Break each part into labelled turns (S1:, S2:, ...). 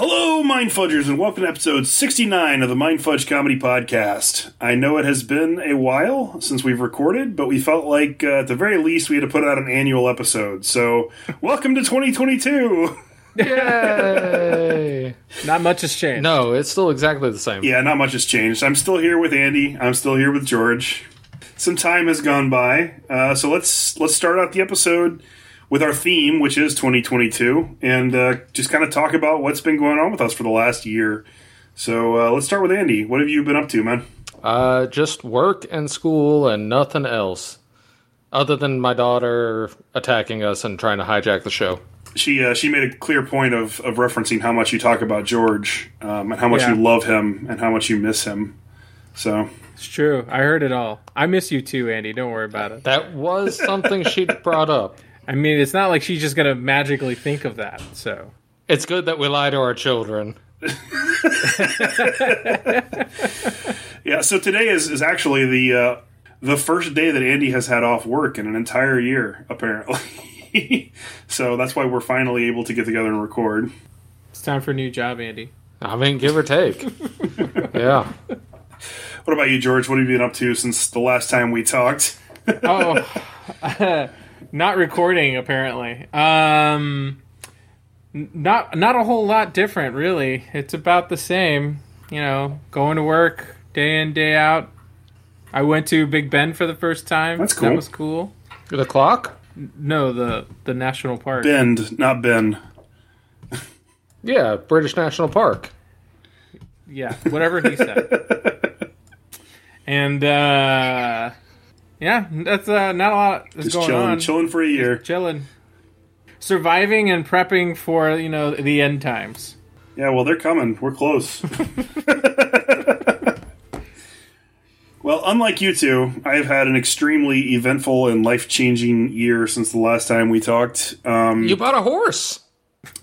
S1: Mind Fudgers, and welcome to episode 69 of the Mind Fudge Comedy Podcast. I know it has been a while since we've recorded, but we felt like uh, at the very least we had to put out an annual episode. So, welcome to 2022.
S2: Yay!
S3: Not much has changed.
S2: no, it's still exactly the same.
S1: yeah, not much has changed. I'm still here with Andy. I'm still here with George. Some time has gone by, uh, so let's let's start out the episode with our theme, which is 2022, and uh, just kind of talk about what's been going on with us for the last year. So uh, let's start with Andy. What have you been up to, man?
S2: Uh, just work and school and nothing else, other than my daughter attacking us and trying to hijack the show.
S1: she uh, she made a clear point of, of referencing how much you talk about George um, and how much
S3: Yeah.
S1: you love him and how much you miss him. So
S3: It's true. I heard it all. I miss you too, Andy. Don't worry about it.
S2: That was something she brought up.
S3: I mean, it's not like she's just going to magically think of that. So,
S2: It's good that we lie to our children.
S1: yeah, so today is, is actually the uh, the first day that Andy has had off work in an entire year, apparently. so that's why we're finally able to get together and record.
S3: it's time for a new job, Andy.
S2: I mean, give or take. yeah.
S1: What about you, George? What have you been up to since the last time we talked?
S3: Oh, not recording apparently. Um, n- not not a whole lot different, really. It's about the same. You know, going to work day in day out. I went to Big Ben for the first time.
S1: That's
S3: That
S1: cool.
S3: was cool.
S2: The clock?
S3: No, the the national park.
S1: Bend, not Ben.
S2: Yeah, British National Park.
S3: Yeah, whatever he said. and uh yeah, that's uh, not a lot that's
S1: Just
S3: going
S1: chilling,
S3: on.
S1: chilling for a year.
S3: Chilling. Surviving and prepping for, you know, the end times.
S1: Yeah, well, they're coming. We're close. well, unlike you two, I've had an extremely eventful and life changing year since the last time we talked. Um,
S2: You bought a horse.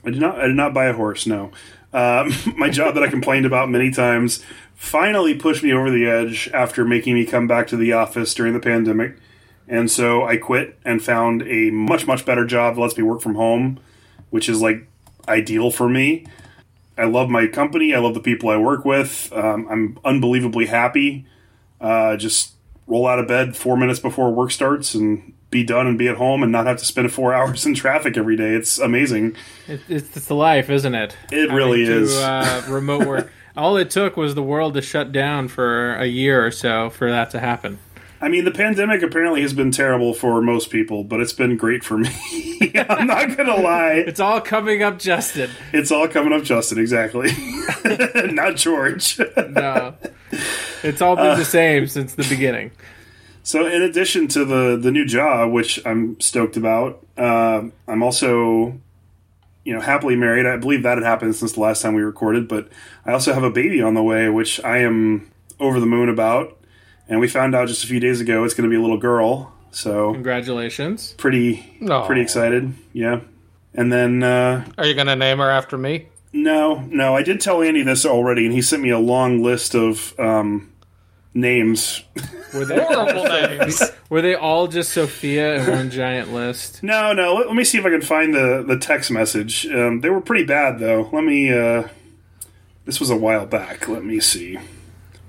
S1: I did not. I did not buy a horse. No. Um, my job that I complained about many times finally pushed me over the edge after making me come back to the office during the pandemic, and so I quit and found a much much better job that lets me work from home, which is like ideal for me. I love my company. I love the people I work with. Um, I'm unbelievably happy. Uh, just roll out of bed four minutes before work starts and be done and be at home and not have to spend four hours in traffic every day. It's amazing.
S3: It, it's, it's the life, isn't it?
S1: It
S3: I
S1: really
S3: mean, to,
S1: is.
S3: uh, remote work. All it took was the world to shut down for a year or so for that to happen.
S1: I mean, the pandemic apparently has been terrible for most people, but it's been great for me. I'm not gonna lie;
S3: It's all coming up, Justin.
S1: it's all coming up, Justin. Exactly, not George.
S3: No, it's all been
S1: Uh.
S3: the same since the beginning.
S1: so, in addition to the the new job, which I'm stoked about, uh, I'm also, you know, happily married. I believe that had happened since the last time we recorded, but I also have a baby on the way, which I am over the moon about. And we found out just a few days ago it's going to be a little girl. So
S3: Congratulations.
S1: pretty
S2: Aw.
S1: pretty excited. Yeah. And then uh,
S2: Are you going to name her after me?
S1: no, no, I did tell Andy this already, and he sent me a long list of um, names.
S3: Were they,
S2: Horrible names.
S3: were they all just Sophia in one giant list?
S1: No, no, let, let me see if I can find the the text message. Um, they were pretty bad though. Let me. Uh, this was a while back. Let me see.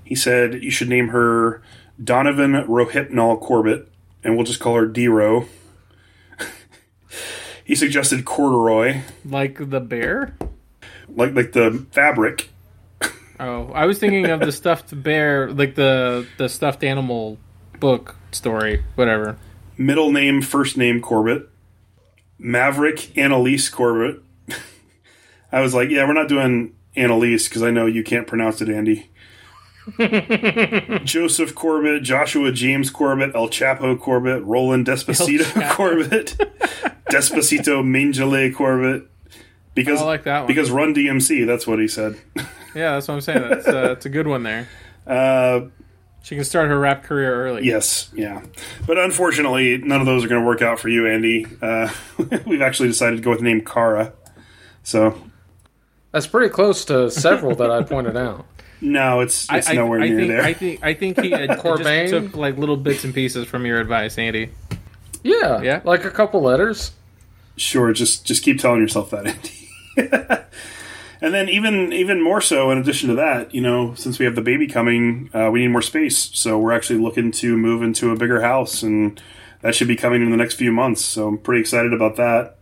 S1: He said you should name her Donovan Rohypnol Corbett, and we'll just call her D-Ro. he suggested corduroy,
S3: Like the bear?
S1: like like the fabric.
S3: Oh, I was thinking of the stuffed bear, like the the stuffed animal book story, whatever.
S1: middle name, first name Corbett, Maverick Annalise Corbett. I was like, yeah, we're not doing Annalise because I know you can't pronounce it, Andy. Joseph Corbett, Joshua James Corbett, El Chapo Corbett, Roland Despacito Corbett, Despacito Mangele Corbett. Because
S3: I like that one.
S1: because Run DMC, that's what he said.
S3: Yeah, that's what I'm saying. That's uh, it's a good one there.
S1: Uh,
S3: She can start her rap career early.
S1: Yes, yeah. But unfortunately, none of those are going to work out for you, Andy. Uh, we've actually decided to go with the name Kara. So,
S2: That's pretty close to several that I pointed out.
S1: no, it's it's
S3: I,
S1: nowhere
S3: I
S1: near
S3: think,
S1: there.
S3: I think I think he had
S2: Corbain?
S3: just took like little bits and pieces from your advice, Andy.
S2: Yeah,
S3: Yeah.
S2: like a couple letters.
S1: sure, just just keep telling yourself that, Andy. And then even even more so, in addition to that, you know, since we have the baby coming, uh, we need more space. So we're actually looking to move into a bigger house, and that should be coming in the next few months. So I'm pretty excited about that.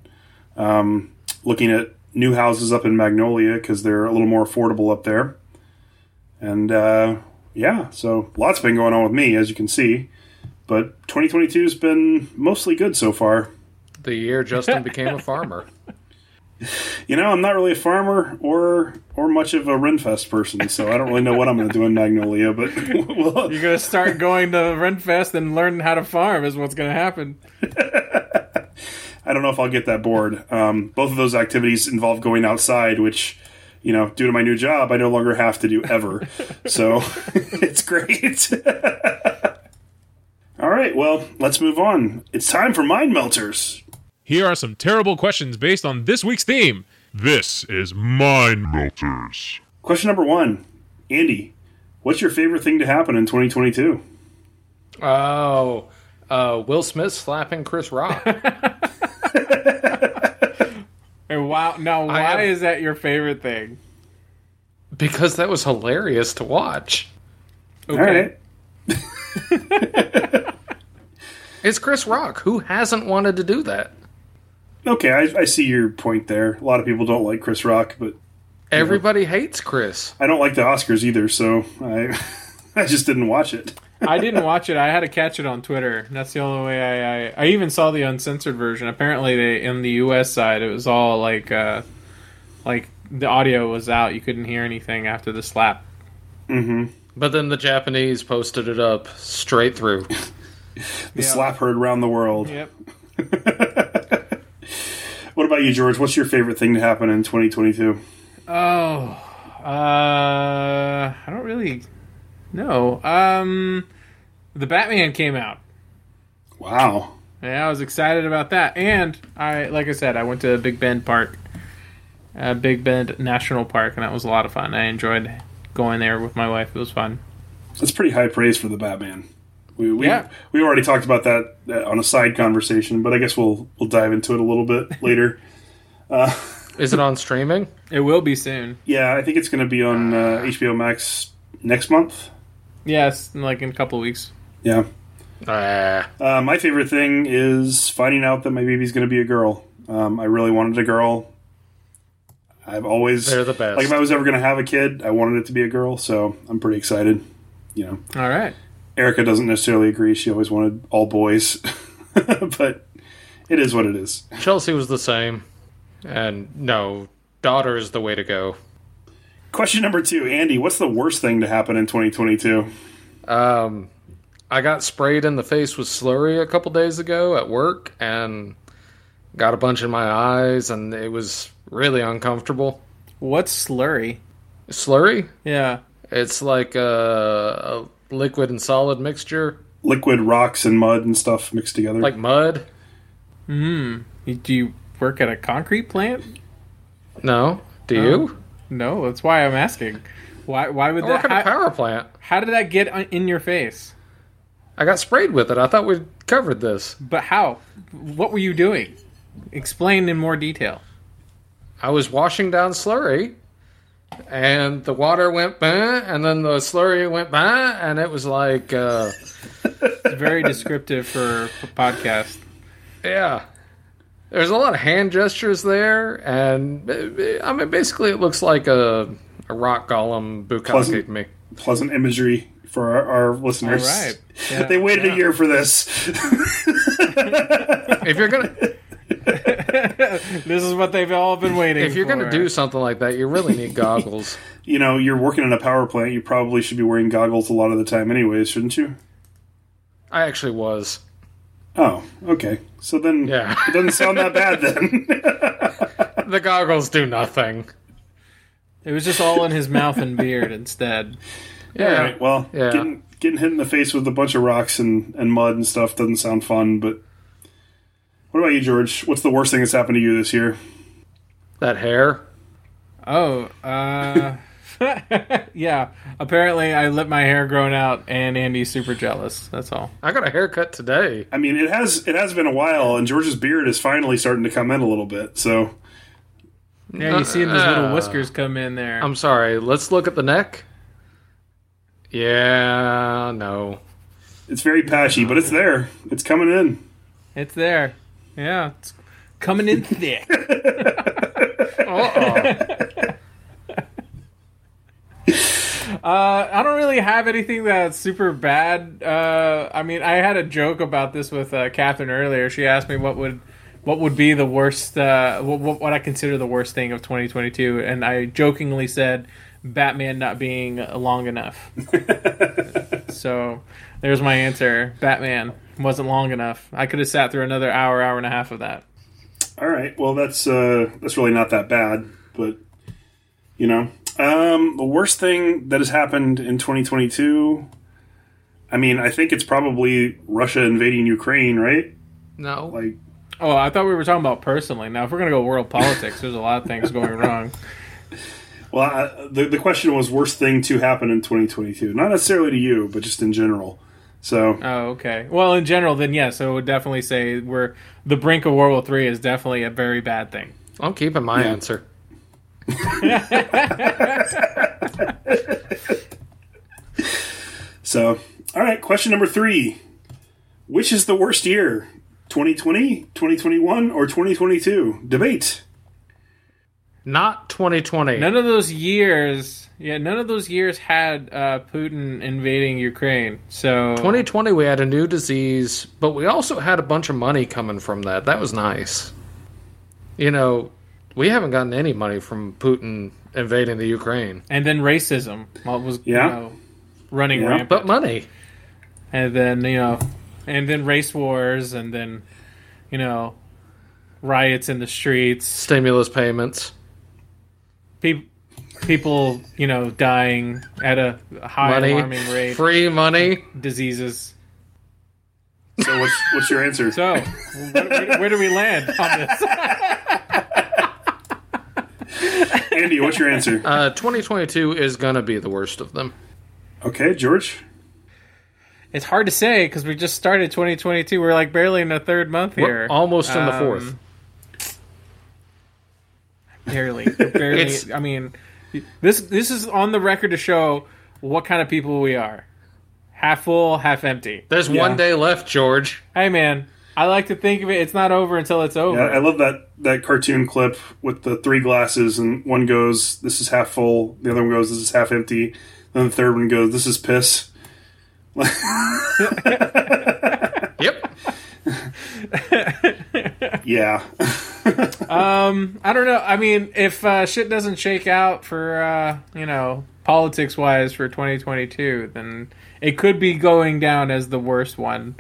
S1: Um, looking at new houses up in Magnolia because they're a little more affordable up there. And uh, yeah, so lots been going on with me, as you can see. But 2022 has been mostly good so far.
S2: The year Justin became a farmer.
S1: You know, I'm not really a farmer or or much of a Renfest person, so I don't really know what I'm going to do in Magnolia. But we'll,
S3: You're gonna start going to Renfest and learn how to farm is what's gonna happen.
S1: I don't know if I'll get that bored. Um, both of those activities involve going outside, which you know, due to my new job, I no longer have to do ever. so it's great. All right, well, let's move on. It's time for mind melters.
S4: Here are some terrible questions based on this week's theme. This is Mind Melters.
S1: Question number one, Andy, what's your favorite thing to happen in 2022?
S2: Oh, uh, Will Smith slapping Chris Rock.
S3: And wow, now why
S2: have-
S3: is that your favorite thing?
S2: because that was hilarious to watch.
S1: All right.
S2: It's Chris Rock. Who hasn't wanted to do that?
S1: Okay, I, I see your point there. A lot of people don't like Chris Rock, but
S2: Everybody hates Chris.
S1: I don't like the Oscars either, so I I just didn't watch it.
S3: I didn't watch it. I had to catch it on Twitter. That's the only way I, I. I even saw the uncensored version. Apparently, they in the U.S. side, it was all like, uh, like the audio was out. You couldn't hear anything after the slap.
S2: But then the Japanese posted it up straight through.
S1: The slap heard around the world.
S3: Yep.
S1: What about you, George? What's your favorite thing to happen in 2022?
S3: Oh, uh, I don't really know. Um, the Batman came out.
S1: Wow.
S3: Yeah, I was excited about that, and I, like I said, I went to Big Bend Park, uh, Big Bend National Park, and that was a lot of fun. I enjoyed going there with my wife. It was fun.
S1: That's pretty high praise for the Batman. We, we,
S3: Yeah.
S1: we already talked about that uh, on a side conversation, but I guess we'll we'll dive into it a little bit later.
S2: Is it on streaming?
S3: It will be soon.
S1: Yeah, I think it's going to be on uh, HBO Max next month.
S3: Yes, in like in a couple of weeks.
S1: Yeah.
S2: Ah,
S1: Uh, my favorite thing is finding out that my baby's going to be a girl. Um, I really wanted a girl. I've always
S2: They're the best.
S1: Like if I was ever going to have a kid, I wanted it to be a girl, so I'm pretty excited. You know,
S3: All right.
S1: Erica doesn't necessarily agree. She always wanted all boys, but it is what it is.
S2: Chelsea was the same. And no, daughter is the way to go.
S1: Question number two, Andy. What's the worst thing to happen in 2022?
S2: Um, I got sprayed in the face with slurry a couple days ago at work and got a bunch in my eyes, and it was really uncomfortable.
S3: What's slurry?
S2: Slurry?
S3: Yeah.
S2: It's like a, a liquid and solid mixture,
S1: Liquid rocks and mud and stuff mixed together.
S2: like mud.
S3: Hmm. You- Do you work at a concrete plant?
S2: No, do you?
S3: No, that's why I'm asking. Why? Why would
S2: I
S3: that?
S2: work at a
S3: How,
S2: power plant.
S3: how did that get on- in your face?
S2: I got sprayed with it. I thought we'd covered this.
S3: But how? What were you doing? Explain in more detail.
S2: I was washing down slurry, and the water went bah, and then the slurry went bah, and it was like, uh,
S3: Very descriptive for a podcast.
S2: yeah. There's a lot of hand gestures there, and uh, I mean, basically, it looks like a, a rock golem bukkake
S1: Pleasant.
S2: to me.
S1: Pleasant imagery for our, our listeners.
S3: All right. Yeah.
S1: they waited a year for this.
S2: If you're gonna
S3: This is what they've all been waiting.
S2: if you're
S3: for.
S2: gonna do something like that, you really need goggles.
S1: you know, you're working in a power plant, you probably should be wearing goggles a lot of the time, anyways, shouldn't you?
S2: I actually was.
S1: Oh, okay. So then
S2: Yeah.
S1: it doesn't sound that bad then.
S2: The goggles do nothing.
S3: it was just all in his mouth and beard instead.
S2: Yeah.
S1: All right, well,
S2: Yeah.
S1: getting, getting hit in the face with a bunch of rocks and, and mud and stuff doesn't sound fun, but what about you, George? What's the worst thing that's happened to you this year?
S2: That hair.
S3: Oh, uh, yeah. Apparently, I let my hair grown out, and Andy's super jealous. That's all.
S2: I got a haircut today.
S1: I mean, it has it has been a while, and George's beard is finally starting to come in a little bit. So
S3: Yeah, you see those little whiskers come in there.
S2: I'm sorry. Let's look at the neck. Yeah, no.
S1: It's very patchy, but it's there. It's coming in.
S3: It's there. Yeah, it's coming in thick.
S2: Uh-oh.
S3: Uh, I don't really have anything that's super bad. Uh, I mean, I had a joke about this with uh, Catherine earlier. She asked me what would what would be the worst, uh, what, what I consider the worst thing of 2022, and I jokingly said Batman not being long enough. so there's my answer. Batman wasn't long enough. I could have sat through another hour, hour and a half of that.
S1: All right. Well, that's uh, that's really not that bad, but you know, um, the worst thing that has happened in 2022. I mean, I think it's probably Russia invading Ukraine, right?
S2: No.
S1: Like,
S3: Oh, I thought we were talking about personally. Now, if we're gonna go world politics, there's a lot of things going wrong.
S1: well, I, the the question was worst thing to happen in 2022, not necessarily to you, but just in general. So,
S3: Oh, okay. Well, in general, then yes, I would definitely say we're the brink of World War Three is definitely a very bad thing.
S2: I'm keeping my answer.
S1: so, all right. Question number three: Which is the worst year? 2020, 2021, or 2022? Debate.
S2: Not 2020.
S3: None of those years, yeah, none of those years had uh, Putin invading Ukraine. So
S2: 2020 we had a new disease, but we also had a bunch of money coming from that. That was nice. You know, we haven't gotten any money from Putin invading the Ukraine,
S3: and then racism well, it was
S1: Yeah.
S3: you know, running
S1: Yeah.
S3: rampant,
S2: but money.
S3: and then you know, and then race wars, and then you know, riots in the streets,
S2: stimulus payments,
S3: people. People, you know, dying at a high alarming
S2: money,
S3: rate,
S2: free money.
S3: diseases.
S1: So, what's what's your answer?
S3: So, wh- where, where do we land on this?
S1: Andy, what's your answer?
S2: Uh, 2022 is gonna be the worst of them.
S1: Okay, George.
S3: It's hard to say because we just started 2022. We're like barely in the third month
S2: We're
S3: here.
S2: almost in the
S3: Um,
S2: fourth.
S3: barely. We're barely.
S2: It's-
S3: I mean, this this is on the record to show what kind of people we are. Half full, half empty.
S2: There's one day left, George.
S3: Hey, man. I like to think of it. It's not over until it's over.
S1: I, I love that that cartoon clip with the three glasses, and one goes, "This is half full." The other one goes, "This is half empty." Then the third one goes, "This is piss."
S2: Yep.
S1: Yeah,
S3: I don't know. I mean, if uh, shit doesn't shake out for uh, you know politics wise for 2022, then it could be going down as the worst one.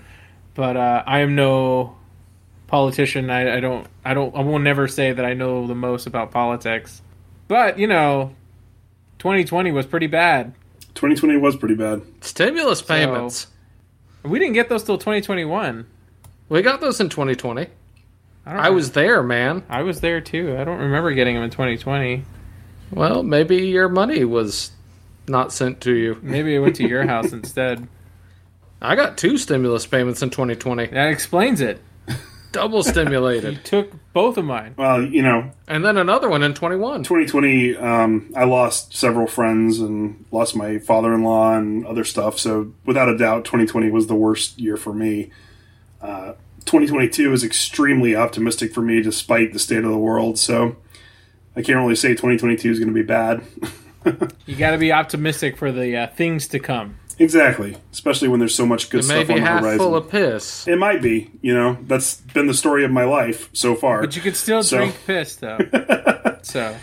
S3: But uh, I am no politician. I, I don't. I don't. I will never say that I know the most about politics. But you know, 2020 was pretty bad.
S1: 2020 was pretty bad.
S2: Stimulus payments.
S3: We didn't get those till 2021.
S2: We got those in 2020.
S3: I, don't
S2: I was there, man.
S3: I was there too. I don't remember getting them in 2020.
S2: Well, maybe your money was not sent to you.
S3: Maybe I went to your house instead.
S2: I got two stimulus payments in 2020,
S3: That explains it.
S2: double
S3: You
S2: stimulated,
S3: took both of mine.
S1: Well, you know,
S2: and then another one in 21.
S1: 2020, um, I lost several friends and lost my father-in-law and other stuff. So, without a doubt, 2020 was the worst year for me. Uh, 2022 is extremely optimistic for me, despite the state of the world. So, I can't really say 2022 is going to be bad.
S3: You got to be optimistic for the uh, things to come.
S1: Exactly, especially when there's so much good
S2: It may
S1: stuff on
S2: be
S1: the
S2: half
S1: horizon.
S2: full of piss.
S1: it might be, you know, that's been the story of my life so far.
S3: But you could still
S1: So-
S3: drink piss, though. so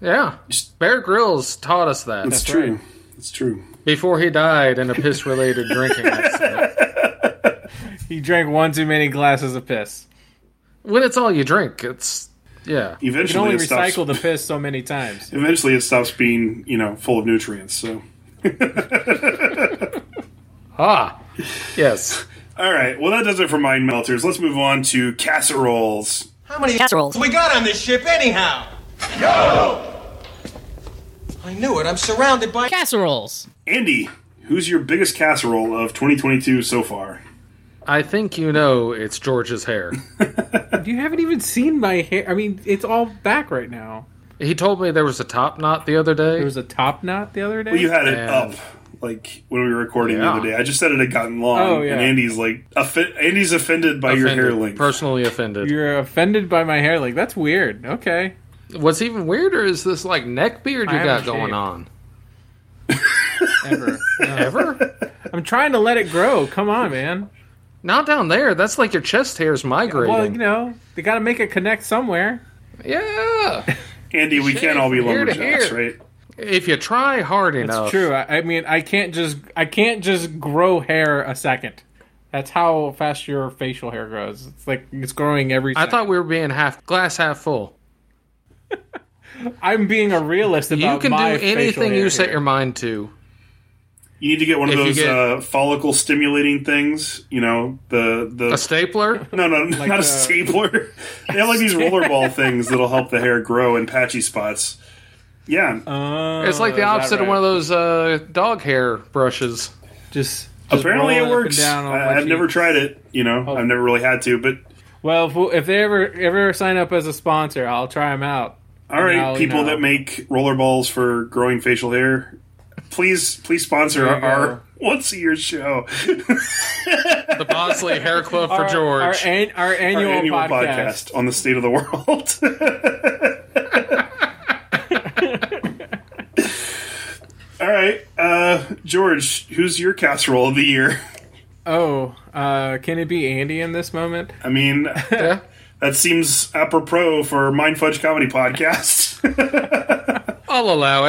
S2: Yeah. Bear Grylls taught us
S1: it's
S2: that
S1: true.
S3: right.
S1: It's true.
S2: before he died in a piss related drinking accident.
S3: you drank one too many glasses of piss.
S2: When it's all you drink, it's. Yeah.
S3: You can
S1: Eventually,
S3: only
S1: it stops.
S3: recycle the piss so many times.
S1: Eventually, it stops being, you know, full of nutrients. So,
S2: Ah. Yes.
S1: all right. Well, that does it for mind melters. Let's move on to casseroles.
S5: How many casseroles?
S6: we got on this ship anyhow? I knew it. I'm surrounded by
S5: Casseroles.
S1: Andy, who's your biggest casserole of 2022 so far?
S2: I think you know it's George's hair.
S3: You haven't even seen my hair. I mean, it's all back right now.
S2: He told me there was a top knot the other day.
S3: There was a top knot the other day.
S1: Well, you had it
S2: And-
S1: up like when we were recording the
S2: Yeah.
S1: other day. I just said it had gotten long,
S3: Oh, yeah.
S1: and Andy's like, off- Andy's offended by your hair
S2: Offended.
S1: length.
S2: Personally offended.
S3: You're offended by my hair. Like that's weird. Okay.
S2: What's even weirder is this like neck beard
S3: I
S2: you got
S3: haven't
S2: going
S3: shaved.
S2: on.
S3: Ever.
S2: Ever?
S3: I'm trying to let it grow. Come on, man.
S2: Not down there. That's like your chest hair's migrating.
S3: Well, you know, they got to make it connect somewhere.
S2: yeah.
S1: Andy, we can't all be
S2: Here to
S1: lumberjacks,
S2: here.
S1: right?
S2: If you try hard
S3: It's
S2: enough.
S3: true. I, I mean, I can't just I can't just grow hair a second. That's how fast your facial hair grows. It's like it's growing every.
S2: I
S3: Second.
S2: thought we were being half glass half full.
S3: I'm being a realist about
S2: You can do
S3: my facial
S2: anything
S3: hair
S2: you set
S3: here.
S2: your mind to.
S1: You need to get one of
S2: If you
S1: those
S2: get-
S1: uh, follicle stimulating things. You know the the
S2: A stapler?
S1: no no not
S3: the-
S1: a stapler. they have like these rollerball things that'll help the hair grow in patchy spots. Yeah,
S3: Oh,
S2: It's like the
S3: is that
S2: opposite of
S3: right?
S2: one of those uh, dog hair brushes.
S3: Just, just
S1: apparently it
S3: roll up and
S1: works.
S3: down on my Oh.
S1: I, I've never
S3: cheeks.
S1: tried it. You know, I've never really had to. But
S3: Well, if, we- if they ever ever sign up as a sponsor, I'll try them out.
S1: all right,
S3: Now you
S1: people
S3: know.
S1: that make rollerballs for growing facial hair, please please sponsor
S3: There you
S1: our
S3: go.
S1: once a year show.
S2: The Bosley Hair Club for
S3: Our-
S2: George.
S3: our, an, our
S1: Our
S3: annual,
S1: annual
S3: podcast.
S1: podcast on the state of the world. All right, uh, George, who's your casserole of the year?
S3: Oh, uh, can it be Andy in this moment?
S1: I mean,
S2: yeah.
S1: that seems apropos for Mind Fudge Comedy Podcast.
S2: I'll allow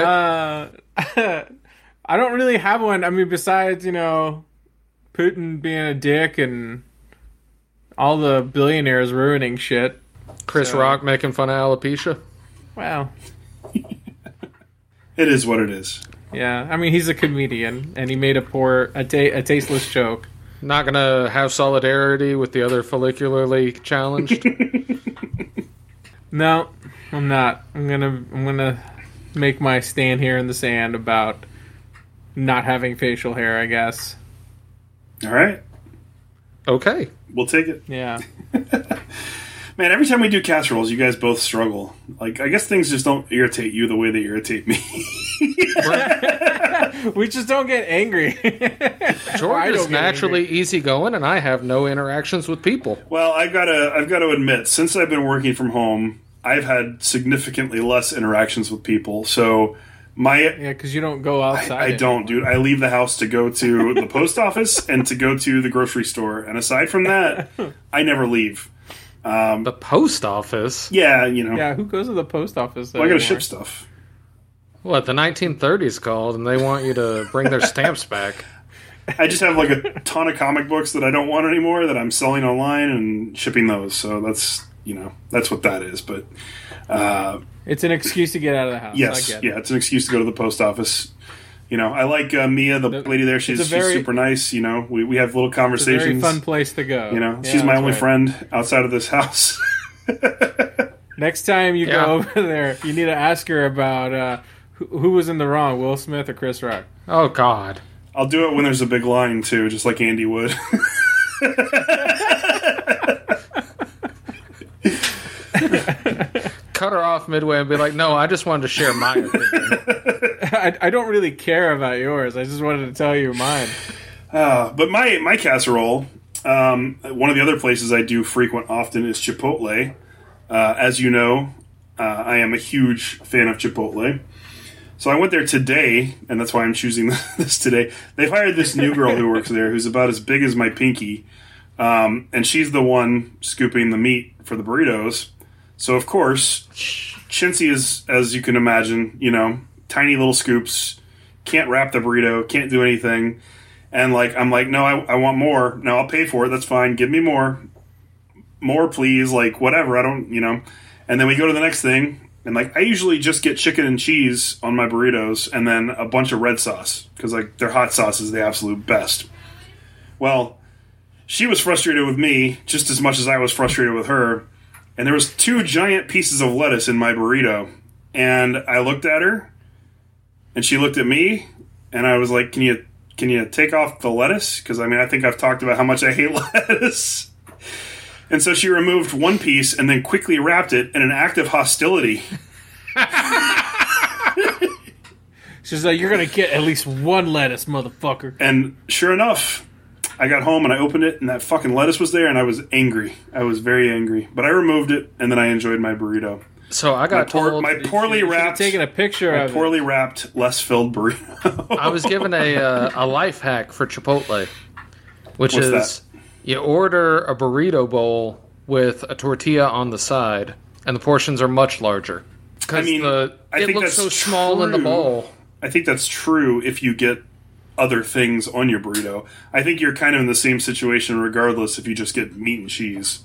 S2: it.
S3: Uh, I don't really have one. I mean, besides you know, Putin being a dick and all the billionaires ruining shit.
S2: Chris Rock making fun of alopecia.
S3: Wow.
S1: it is what it is.
S3: Yeah, I mean he's a comedian and he made a poor a, ta- a tasteless joke.
S2: Not gonna have solidarity with the other follicularly challenged.
S3: No, I'm not. I'm gonna I'm gonna make my stand here in the sand about not having facial hair. I guess.
S1: All right,
S2: okay.
S1: we'll take it.
S3: Yeah.
S1: Man, every time we do casseroles, you guys both struggle. Like, I guess things just don't irritate you the way they irritate me.
S3: We just don't get angry. I
S2: George
S3: don't
S2: is
S3: get
S2: naturally easygoing, and I have no interactions with people.
S1: Well, I gotta, I've got to admit, since I've been working from home, I've had significantly less interactions with people. So my,
S3: yeah, because you don't go outside.
S1: I don't, dude. I leave the house to go to the post office and to go to the grocery store, and aside from that, I never leave.
S2: The post office?
S1: Yeah, you know,
S3: Yeah, who goes to the post office?
S1: well, I
S3: anymore?
S1: gotta ship stuff.
S2: What, the 1930s called, and they want you to bring their stamps back.
S1: I just have like a ton of comic books that I don't want anymore that I'm selling online and shipping those. So that's you know that's what that is. But uh,
S3: It's an excuse to get out of the house.
S1: Yes,
S3: I get it.
S1: yeah, it's an excuse to go to the post office. You know, I like uh, Mia, the lady there. She's,
S3: a
S1: she's
S3: very-
S1: super nice. You know, we, we have little
S3: It's a
S1: conversations.
S3: very fun place to go.
S1: you know,
S3: Yeah,
S1: she's my
S3: that's
S1: only
S3: right.
S1: friend outside of this house.
S3: Next time you
S2: Yeah.
S3: go over there, you need to ask her about uh, who, who was in the wrong, Will Smith or Chris Rock.
S2: Oh, God.
S1: I'll do it when there's a big line too, just like Andy would.
S2: Cut her off midway and be like, no, I just wanted to share my opinion.
S3: I, I don't really care about yours. I just wanted to tell you mine.
S1: Uh, but my my casserole, um, one of the other places I do frequent often is Chipotle. Uh, as you know, uh, I am a huge fan of Chipotle. So I went there today, and that's why I'm choosing this today. They've hired this new girl who works there, who's about as big as my pinky, um, and she's the one scooping the meat for the burritos. So of course, Chintzy is, as you can imagine, you know, tiny little scoops. Can't wrap the burrito. Can't do anything. And like I'm like, no, I, I want more. No, I'll pay for it. That's fine. Give me more, more please. Like whatever. I don't, you know. And then we go to the next thing, and like I usually just get chicken and cheese on my burritos, and then a bunch of red sauce because like their hot sauce is the absolute best. Well, she was frustrated with me just as much as I was frustrated with her, and there was two giant pieces of lettuce in my burrito, and I looked at her, and she looked at me, and I was like, "Can you?" Can you take off the lettuce? Because I mean, I think I've talked about how much I hate lettuce. And so she removed one piece and then quickly wrapped it in an act of hostility.
S3: She's like, you're gonna get at least one lettuce, motherfucker.
S1: And sure enough, I got home and I opened it, and that fucking lettuce was there, and I was angry. I was very angry. But I removed it, and then I enjoyed my burrito.
S2: So I got
S1: Poor-
S2: told
S1: my poorly wrapped,
S3: Taking a picture of
S1: poorly wrapped, less filled burrito.
S2: I was given a uh, a life hack for Chipotle, which
S1: What's that?
S2: is you order a burrito bowl with a tortilla on the side, and the portions are much larger. Because
S1: I mean,
S2: the,
S1: I
S2: it
S1: think
S2: looks so
S1: that's
S2: small in the
S1: true.
S2: bowl.
S1: I think that's true if you get other things on your burrito. I think you're kind of in the same situation regardless if you just get meat and cheese.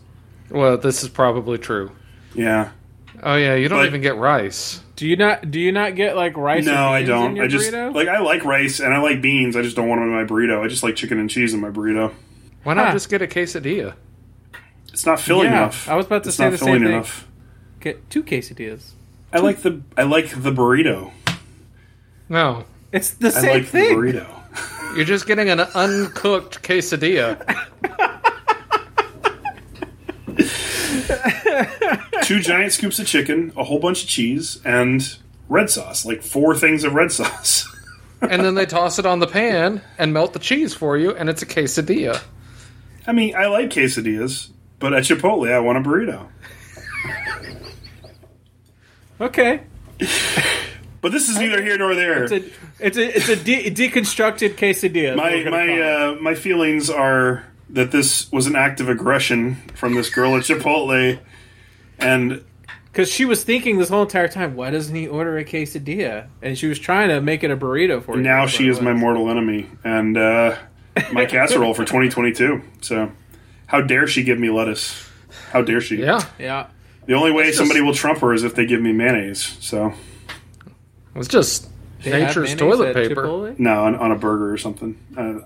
S2: Well, this is probably true.
S1: Yeah.
S2: Oh yeah, you don't
S1: But-
S2: even get rice.
S3: it. Do you not? Do you not get like rice? and
S1: No, I
S3: beans in
S1: don't.
S3: your
S1: I just
S3: burrito?
S1: like I like rice and I like beans. I just don't want them in my burrito. I just like chicken and cheese in my burrito.
S2: Why not
S3: Huh.
S2: just get a quesadilla?
S1: It's not filling
S3: Yeah,
S1: enough.
S3: I was about to
S1: it's
S3: say
S1: not
S3: the same
S1: filling
S3: thing.
S1: enough.
S3: get two quesadillas.
S1: I like the I like the burrito.
S2: No,
S3: It's the
S1: I
S3: same
S1: like
S3: thing.
S1: the burrito.
S2: you're just getting an uncooked quesadilla.
S1: Two giant scoops of chicken, a whole bunch of cheese, and red sauce. Like four things of red sauce.
S2: and then they toss it on the pan and melt the cheese for you, and it's a quesadilla.
S1: I mean, I like quesadillas, but at Chipotle, I want a burrito.
S3: Okay,
S1: But this is neither here nor there.
S3: it's a it's a it's a de- deconstructed quesadilla. is what
S1: my
S3: we're gonna
S1: my
S3: call it.
S1: uh, my feelings are that this was an act of aggression from this girl at Chipotle, and
S3: Because she was thinking this whole entire time, why doesn't he order a quesadilla? And she was trying to make it a burrito for you.
S1: now
S3: That's what
S1: she
S3: it
S1: is my
S3: was.
S1: mortal enemy and uh, my casserole for 2022. So, how dare she give me lettuce? How dare she?
S2: Yeah,
S3: Yeah.
S1: The only way
S2: just-
S1: somebody will trump her is if they give me mayonnaise. So,
S2: it's just
S3: They have
S2: nature's
S3: mayonnaise
S2: toilet
S3: at
S2: paper.
S3: Chipotle?
S1: no, on, on a burger or something. Uh,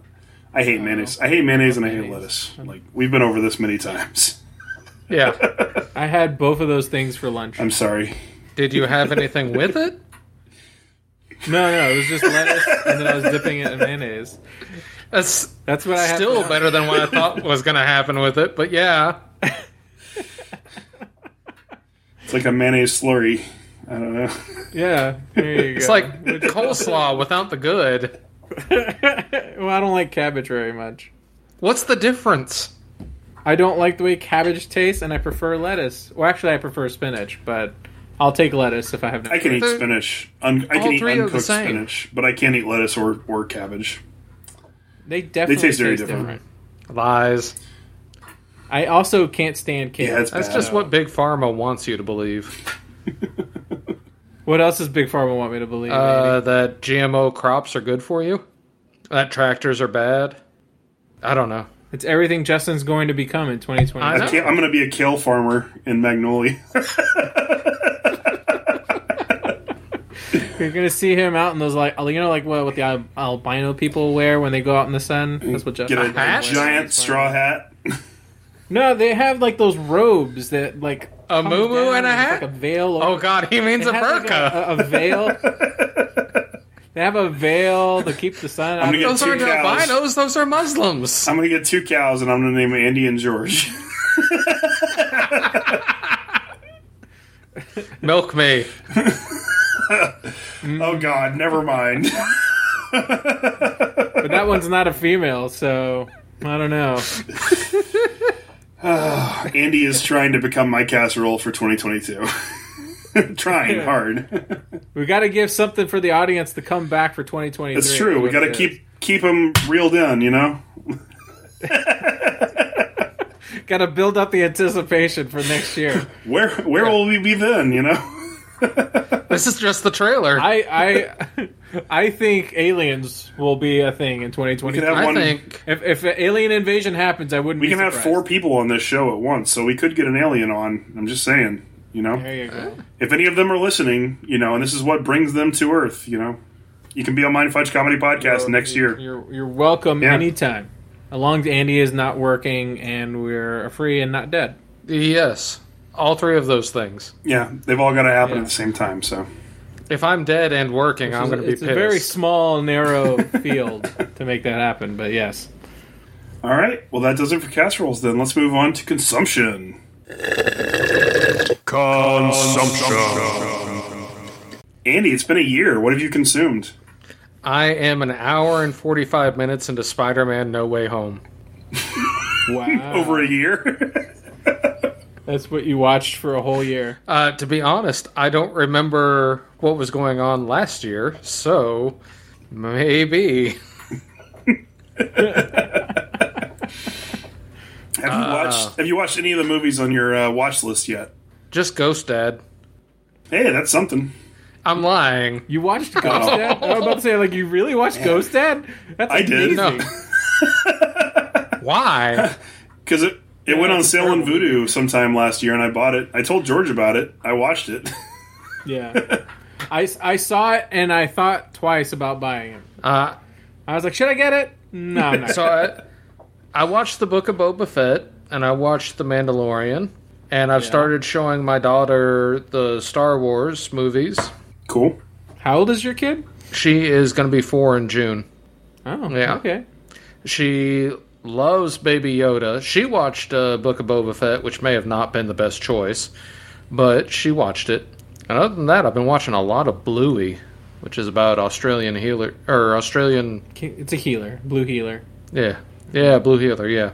S1: I hate mayonnaise. I hate mayonnaise and I hate lettuce. Like we've been over this many times.
S2: Yeah.
S3: I had both of those things for lunch.
S1: I'm sorry.
S2: Did you have anything with it?
S3: No, no, it was just lettuce, and then I was dipping it in mayonnaise.
S2: That's
S3: That's what I had.
S2: still
S3: for-
S2: better than what I thought was going to happen with it, but yeah.
S1: It's like a mayonnaise slurry. I don't know.
S3: Yeah, there you go.
S2: It's like coleslaw without the good.
S3: well, I don't like cabbage very much.
S2: What's the difference?
S3: I don't like the way cabbage tastes, and I prefer lettuce. Well, actually, I prefer spinach, but I'll take lettuce if I have. No
S1: I can eat
S2: They're-
S1: spinach. Un- I
S2: all
S1: can eat
S2: three are the
S1: uncooked
S2: same.
S1: spinach, but I can't eat lettuce or, or cabbage.
S3: They definitely
S1: They taste
S3: taste,
S1: very
S3: different.
S1: different.
S2: Lies.
S3: I also can't stand kale.
S1: Yeah, it's
S2: That's
S1: bad.
S2: just what Big Pharma wants you to believe.
S3: What else does Big Pharma want me to believe? Andy?
S2: Uh, that GMO crops are good for you? That tractors are bad? I don't know.
S3: It's everything Justin's going to become in 2020.
S2: I know.
S1: Ca- I'm going to be a kale farmer in Magnolia.
S3: You're gonna see him out in those like you know like what what the al- albino people wear when they go out in the sun. That's what
S1: Mm, Get
S3: Justin.
S1: a,
S2: hat?
S1: giant straw hat.
S3: No, they have like those robes that like
S2: A
S3: comes
S2: muumuu
S3: down
S2: and a
S3: with,
S2: hat?
S3: like a veil.
S2: Oh,
S3: over-
S2: God, he means a
S3: It has, like,
S2: burqa.
S3: a, a veil. they have a veil to keep the sun out.
S1: gonna
S3: of-
S1: get-
S2: those aren't
S1: Two cows.
S2: albinos, those are Muslims.
S1: I'm going to get two cows, and I'm going to name Andy and George.
S2: Milk me.
S1: oh, God, never mind.
S3: But that one's not a female, so I don't know.
S1: Andy is trying to become my casserole for 2022. trying hard.
S3: We got to give something for the audience to come back for 2023.
S1: It's true. We
S3: What
S1: got to
S3: it
S1: keep keep them reeled in, you know?
S3: is. Gotta build up the anticipation for next year.
S1: Where where will we be then, you know?
S2: This is just the trailer. I,
S3: I I I think aliens will be a thing in 2023.
S1: We could have one-
S2: think
S3: if, if an alien invasion happens, I wouldn't.
S1: We
S3: be
S1: can have
S3: surprised.
S1: four people on this show at once, so we could get an alien on. I'm just saying, you know?
S3: There you go.
S1: if any of them are listening, you know, and this is what brings them to Earth, you know, you can be on Mind Fudge Comedy Podcast next year.
S3: You're you're welcome
S1: Yeah.
S3: anytime. As long as Andy is not working and we're free and not dead.
S2: yes, all three of those things.
S1: Yeah, they've all got to happen
S3: Yeah.
S1: at the same time. So
S2: If I'm dead and working, I'm going to be
S3: it's
S2: pissed.
S3: a very small, narrow field to make that happen. But yes,
S1: All right. Well, that does it for casseroles. Then let's move on to consumption. Consumption. Andy, it's been a year. What have you consumed?
S2: I am an hour and 45 minutes into Spider Man No Way Home.
S3: wow,
S1: Over a year.
S3: that's what you watched for a whole year.
S2: Uh, to be honest, I don't remember what was going on last year, so maybe.
S1: have you
S3: Uh,
S1: watched? Have you watched any of the movies on your uh, watch list yet?
S2: Just Ghost Dad.
S1: Hey, that's something.
S2: I'm lying.
S3: You watched Ghost Dad? I was about to say, like, you really watched Ghost Dad? That's
S1: Oh. I did.
S3: amazing.
S2: No. Why?
S1: Because it it went on
S3: it's a
S1: sale on
S3: terrible movie.
S1: Voodoo sometime last year, and I bought it. I told George about it. I watched it.
S3: Yeah. I, I saw it and I thought twice about buying it.
S2: Uh,
S3: I was like, should I get it? No, I'm not.
S2: so I, I watched the book of Boba Fett and I watched The Mandalorian and I've started showing my daughter the Star Wars movies.
S1: cool.
S3: How old is your kid?
S2: She is going to be 4 in June.
S3: Oh,
S2: Yeah.
S3: Okay.
S2: She loves Baby Yoda. She watched uh, Book of Boba Fett, which may have not been the best choice, but she watched it. And other than that, I've been watching a lot of Bluey, which is about Australian healer or Australian,
S3: Ki- It's a healer, blue healer.
S2: yeah, yeah, blue healer, yeah,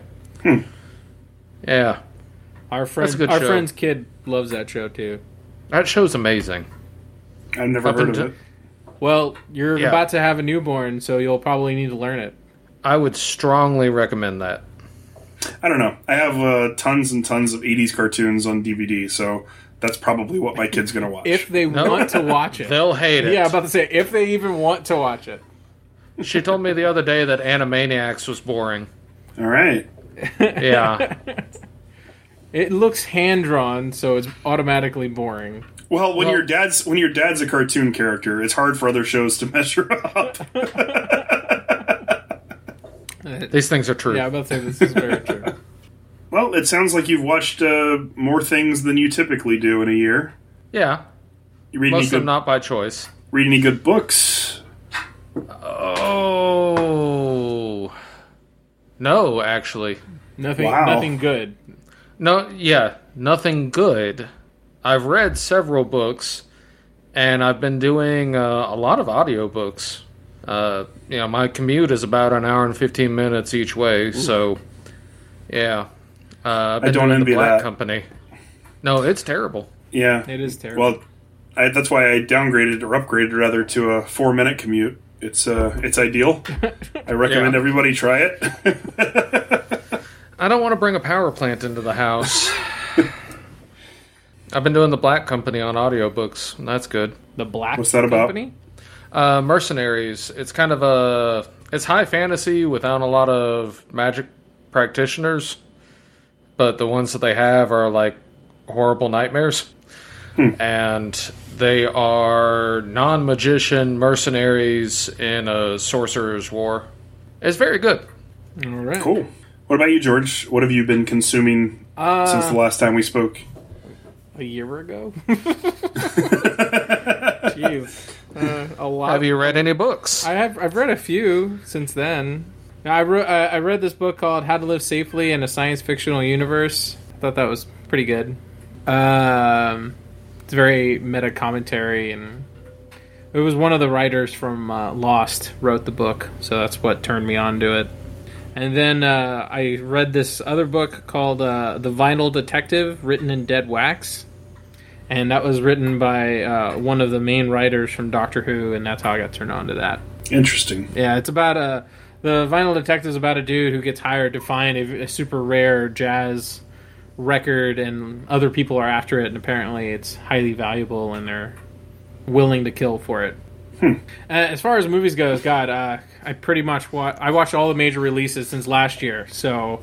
S2: yeah.
S3: Our friend,
S2: a good
S3: our
S2: show.
S3: friend's kid loves that show too.
S2: That show's amazing.
S1: I've never
S2: Up
S1: heard of
S2: until-
S1: it.
S3: Well, you're
S2: Yeah.
S3: about to have a newborn, so you'll probably need to learn it.
S2: I would strongly recommend that.
S1: I don't know. I have uh, tons and tons of 80s cartoons on DVD, so that's probably what my kid's going to watch.
S3: If they want to watch it.
S2: They'll hate it.
S3: yeah, I'm about to say, if they even want to watch it.
S2: she told me the other day that Animaniacs was boring.
S1: All right.
S2: Yeah,
S3: It looks hand drawn, so it's automatically boring.
S1: Well, when
S2: Well-
S1: your dad's when your dad's a cartoon character, it's hard for other shows to measure up.
S2: these things are true.
S3: Yeah, I'm about to say this is very true.
S1: well, it sounds like you've watched uh, more things than you typically do in a year.
S2: yeah.
S1: You read any
S2: most of
S1: good,
S2: them not by choice.
S1: read any good books?
S2: Oh. No, actually.
S3: Nothing,
S1: Wow.
S3: nothing good.
S2: No, yeah, nothing good. I've read several books and I've been doing uh, a lot of audiobooks. Uh, you know, my commute is about an hour and 15 minutes each way, so yeah. Uh, I've been
S1: don't
S2: doing
S1: envy
S2: the Black
S1: that.
S2: Company. No, it's terrible.
S1: Yeah.
S3: It is terrible.
S1: Well, I, that's why I downgraded or upgraded rather to a four minute commute. It's uh, it's ideal. I recommend
S2: Yeah.
S1: everybody try it.
S2: I don't want to bring a power plant into the house. I've been doing the Black Company on audiobooks. and That's good.
S3: the Black
S1: What's that about?
S3: Company?
S2: Uh, Mercenaries. It's kind of a it's high fantasy without a lot of magic practitioners, but the ones that they have are like horrible nightmares, and they are non magician mercenaries in a sorcerer's war. It's very good.
S3: All right.
S1: cool. What about you, George? What have you been consuming
S3: Uh,
S1: since the last time we spoke?
S3: A year ago? Jeez. Uh, a lot.
S2: Have you read any books?
S3: I have, I've read a few since then. Now, I, wrote, I I read this book called How to Live Safely in a Science Fictional Universe. I thought that was pretty good. Um, it's very meta commentary, and it was one of the writers from uh, Lost wrote the book, so that's what turned me on to it. And then uh, I read this other book called uh, The Vinyl Detective, written in dead wax. And that was written by uh, one of the main writers from Doctor Who, and that's how I got turned on to that.
S1: Interesting.
S3: Yeah, it's about a the vinyl detective is about a dude who gets hired to find a, a super rare jazz record, and other people are after it, and apparently it's highly valuable, and they're willing to kill for it. Uh, as far as movies goes, God, uh, I pretty much wa- I watched all the major releases since last year. So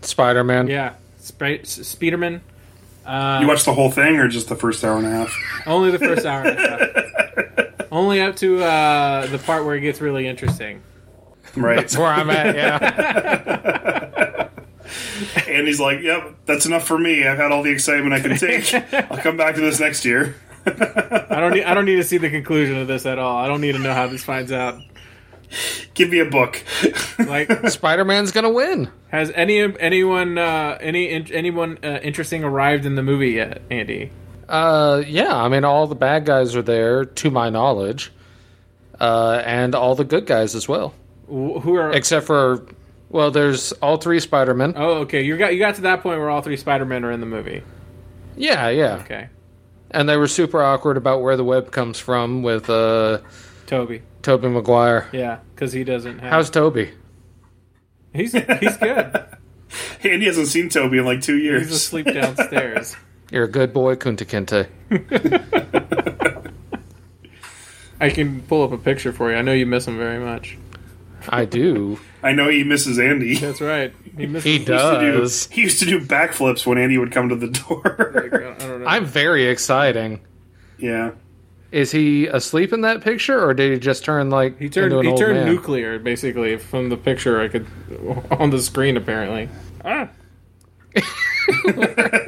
S2: Spider Man.
S3: yeah, Sp- S- Spiderman,
S1: You watched the whole thing or just the first hour and a half?
S3: only the first hour. and a half. Only up to uh, the part where it gets really interesting.
S1: Right.
S2: That's where I'm at. Yeah.
S1: and he's like, "Yep, that's enough for me. I've had all the excitement I can take. I'll come back to this next year."
S3: I don't need. I don't need to see the conclusion of this at all. I don't need to know how this finds out.
S1: Give me a book.
S3: Like,
S2: Spider Man's gonna win.
S3: has any anyone uh, any in, anyone uh, interesting arrived in the movie yet, Andy?
S2: Uh, yeah, I mean, all the bad guys are there, to my knowledge, uh, and all the good guys as well,
S3: Wh- Who are?
S2: except for well, there's all three Spider Men.
S3: oh, okay. You got you got to that point where all three Spider Men are in the movie.
S2: Yeah, yeah,
S3: Okay,
S2: and they were super awkward about where the web comes from with uh,
S3: Toby.
S2: Toby Maguire.
S3: Yeah, because he doesn't. Have,
S2: How's Toby?
S3: he's he's good.
S1: Andy hasn't seen Toby in like two years.
S3: He's asleep downstairs.
S2: You're a good boy, Kunta Kinte.
S3: I can pull up a picture for you. I know you miss him very much.
S2: I do.
S1: I know he misses Andy.
S3: That's right. He misses.
S2: He does.
S1: He used to do backflips when Andy would come to the
S3: I
S1: door.
S3: don't know.
S2: I'm very exciting.
S1: yeah.
S2: Is he asleep in that picture, or did he just turn like
S3: He turned
S2: into an
S3: he
S2: old
S3: turned
S2: man?
S3: nuclear basically from the picture I could on the screen apparently. Ah,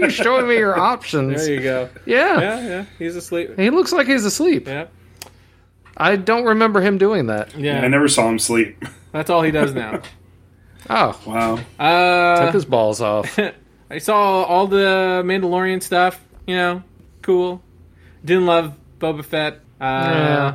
S2: You're showing me your options.
S3: there you go.
S2: yeah.
S3: Yeah, yeah. He's asleep.
S2: he looks like he's asleep.
S3: Yeah,
S2: I don't remember him doing that.
S1: I
S3: yeah.
S1: never saw him sleep.
S3: That's all he does now.
S2: Oh,
S1: Wow.
S2: took
S3: Uh,
S2: his balls off.
S3: I saw all the Mandalorian stuff. You know, cool. Didn't love Boba Fett. Uh,
S2: Yeah.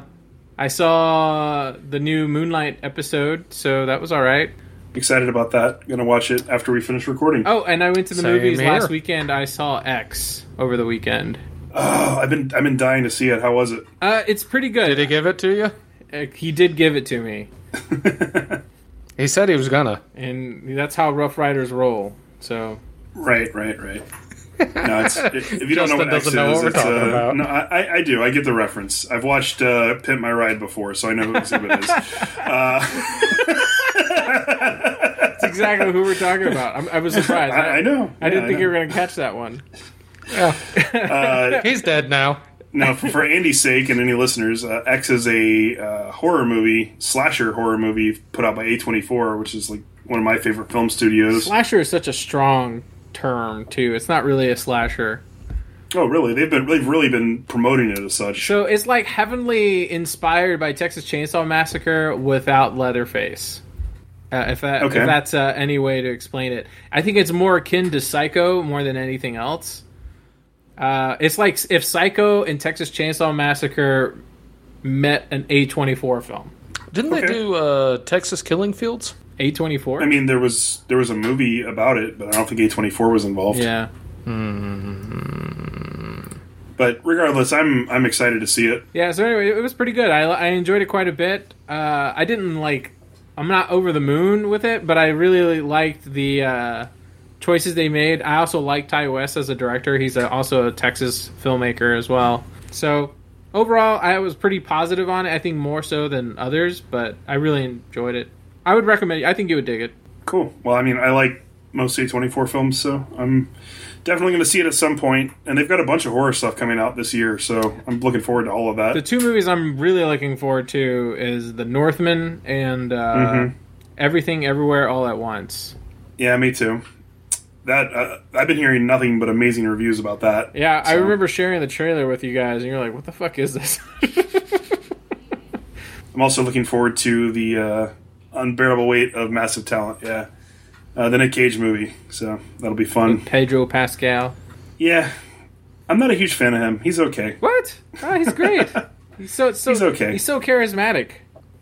S3: I saw the new Moonlight episode, so that was all right.
S1: Excited about that. Gonna watch it after we finish recording.
S3: Oh, and I went to the
S2: Same
S3: movies
S2: here.
S3: last weekend. I saw X over the weekend.
S1: Oh, I've been I've been dying to see it. How was it?
S3: Uh, it's pretty
S2: Did
S3: good.
S2: he give it to you?
S3: Uh, he did give it to me.
S2: He said he was gonna.
S3: and that's how Rough Riders roll. So
S1: Right, right, right. No, it's, if you don't know
S2: Justin
S1: what X is,
S2: doesn't know what we're
S1: it's,
S2: talking
S1: uh,
S2: about.
S1: no, I, I- I do. I get the reference. I've watched uh, "Pimp My Ride" before, so I know who Exhibit is. Uh,
S3: that's exactly who we're talking about. I'm, I was surprised.
S1: I, I know.
S3: I didn't think you
S1: you're
S3: were going to catch that one.
S2: He's dead now.
S1: now, Uh, for, for Andy's sake and any listeners, uh, X is a uh, horror movie, slasher horror movie put out by A24, which is like one of my favorite film studios.
S3: Slasher is such a strong term too. It's not really a slasher.
S1: oh, really? They've been they've really been promoting it as such.
S3: So it's like heavily inspired by Texas Chainsaw Massacre without Leatherface. Uh, if that
S1: Okay.
S3: if that's uh, any way to explain it, I think it's more akin to Psycho more than anything else. Uh, it's like if Psycho and Texas Chainsaw Massacre met an A twenty four film.
S2: Didn't they
S1: Okay.
S2: do uh, Texas Killing Fields?
S3: A twenty four.
S1: I mean, there was there was a movie about it, but I don't think A24 was involved.
S3: Yeah.
S1: But regardless, I'm I'm excited to see it.
S3: Yeah, so anyway, it was pretty good. I, I enjoyed it quite a bit. Uh, I didn't like, I'm not over the moon with it, but I really liked the uh, choices they made. I also like Ty West as a director. He's a, also a Texas filmmaker as well. So overall, I was pretty positive on it. I think more so than others, but I really enjoyed it. I would recommend. I think you would dig it.
S1: Cool. Well, I mean, I like most A24 films, so I'm definitely going to see it at some point. And they've got a bunch of horror stuff coming out this year, so I'm looking forward to all of
S3: The
S1: that.
S3: two movies I'm really looking forward to is The Northman and uh,
S1: Mm-hmm.
S3: Everything Everywhere All at Once.
S1: Yeah, me too. That uh, I've been hearing nothing but amazing reviews about that.
S3: Yeah, I
S1: So-
S3: remember sharing the trailer with you guys, and you're like, "What the fuck is this?"
S1: I'm also looking forward to the uh, unbearable weight of massive talent. Yeah, uh, the Nick Cage movie, so that'll be fun.
S3: Pedro Pascal.
S1: Yeah, I'm not a huge fan of him. He's okay.
S3: What? Oh, he's great. he's so, so
S1: He's okay.
S3: He's so charismatic.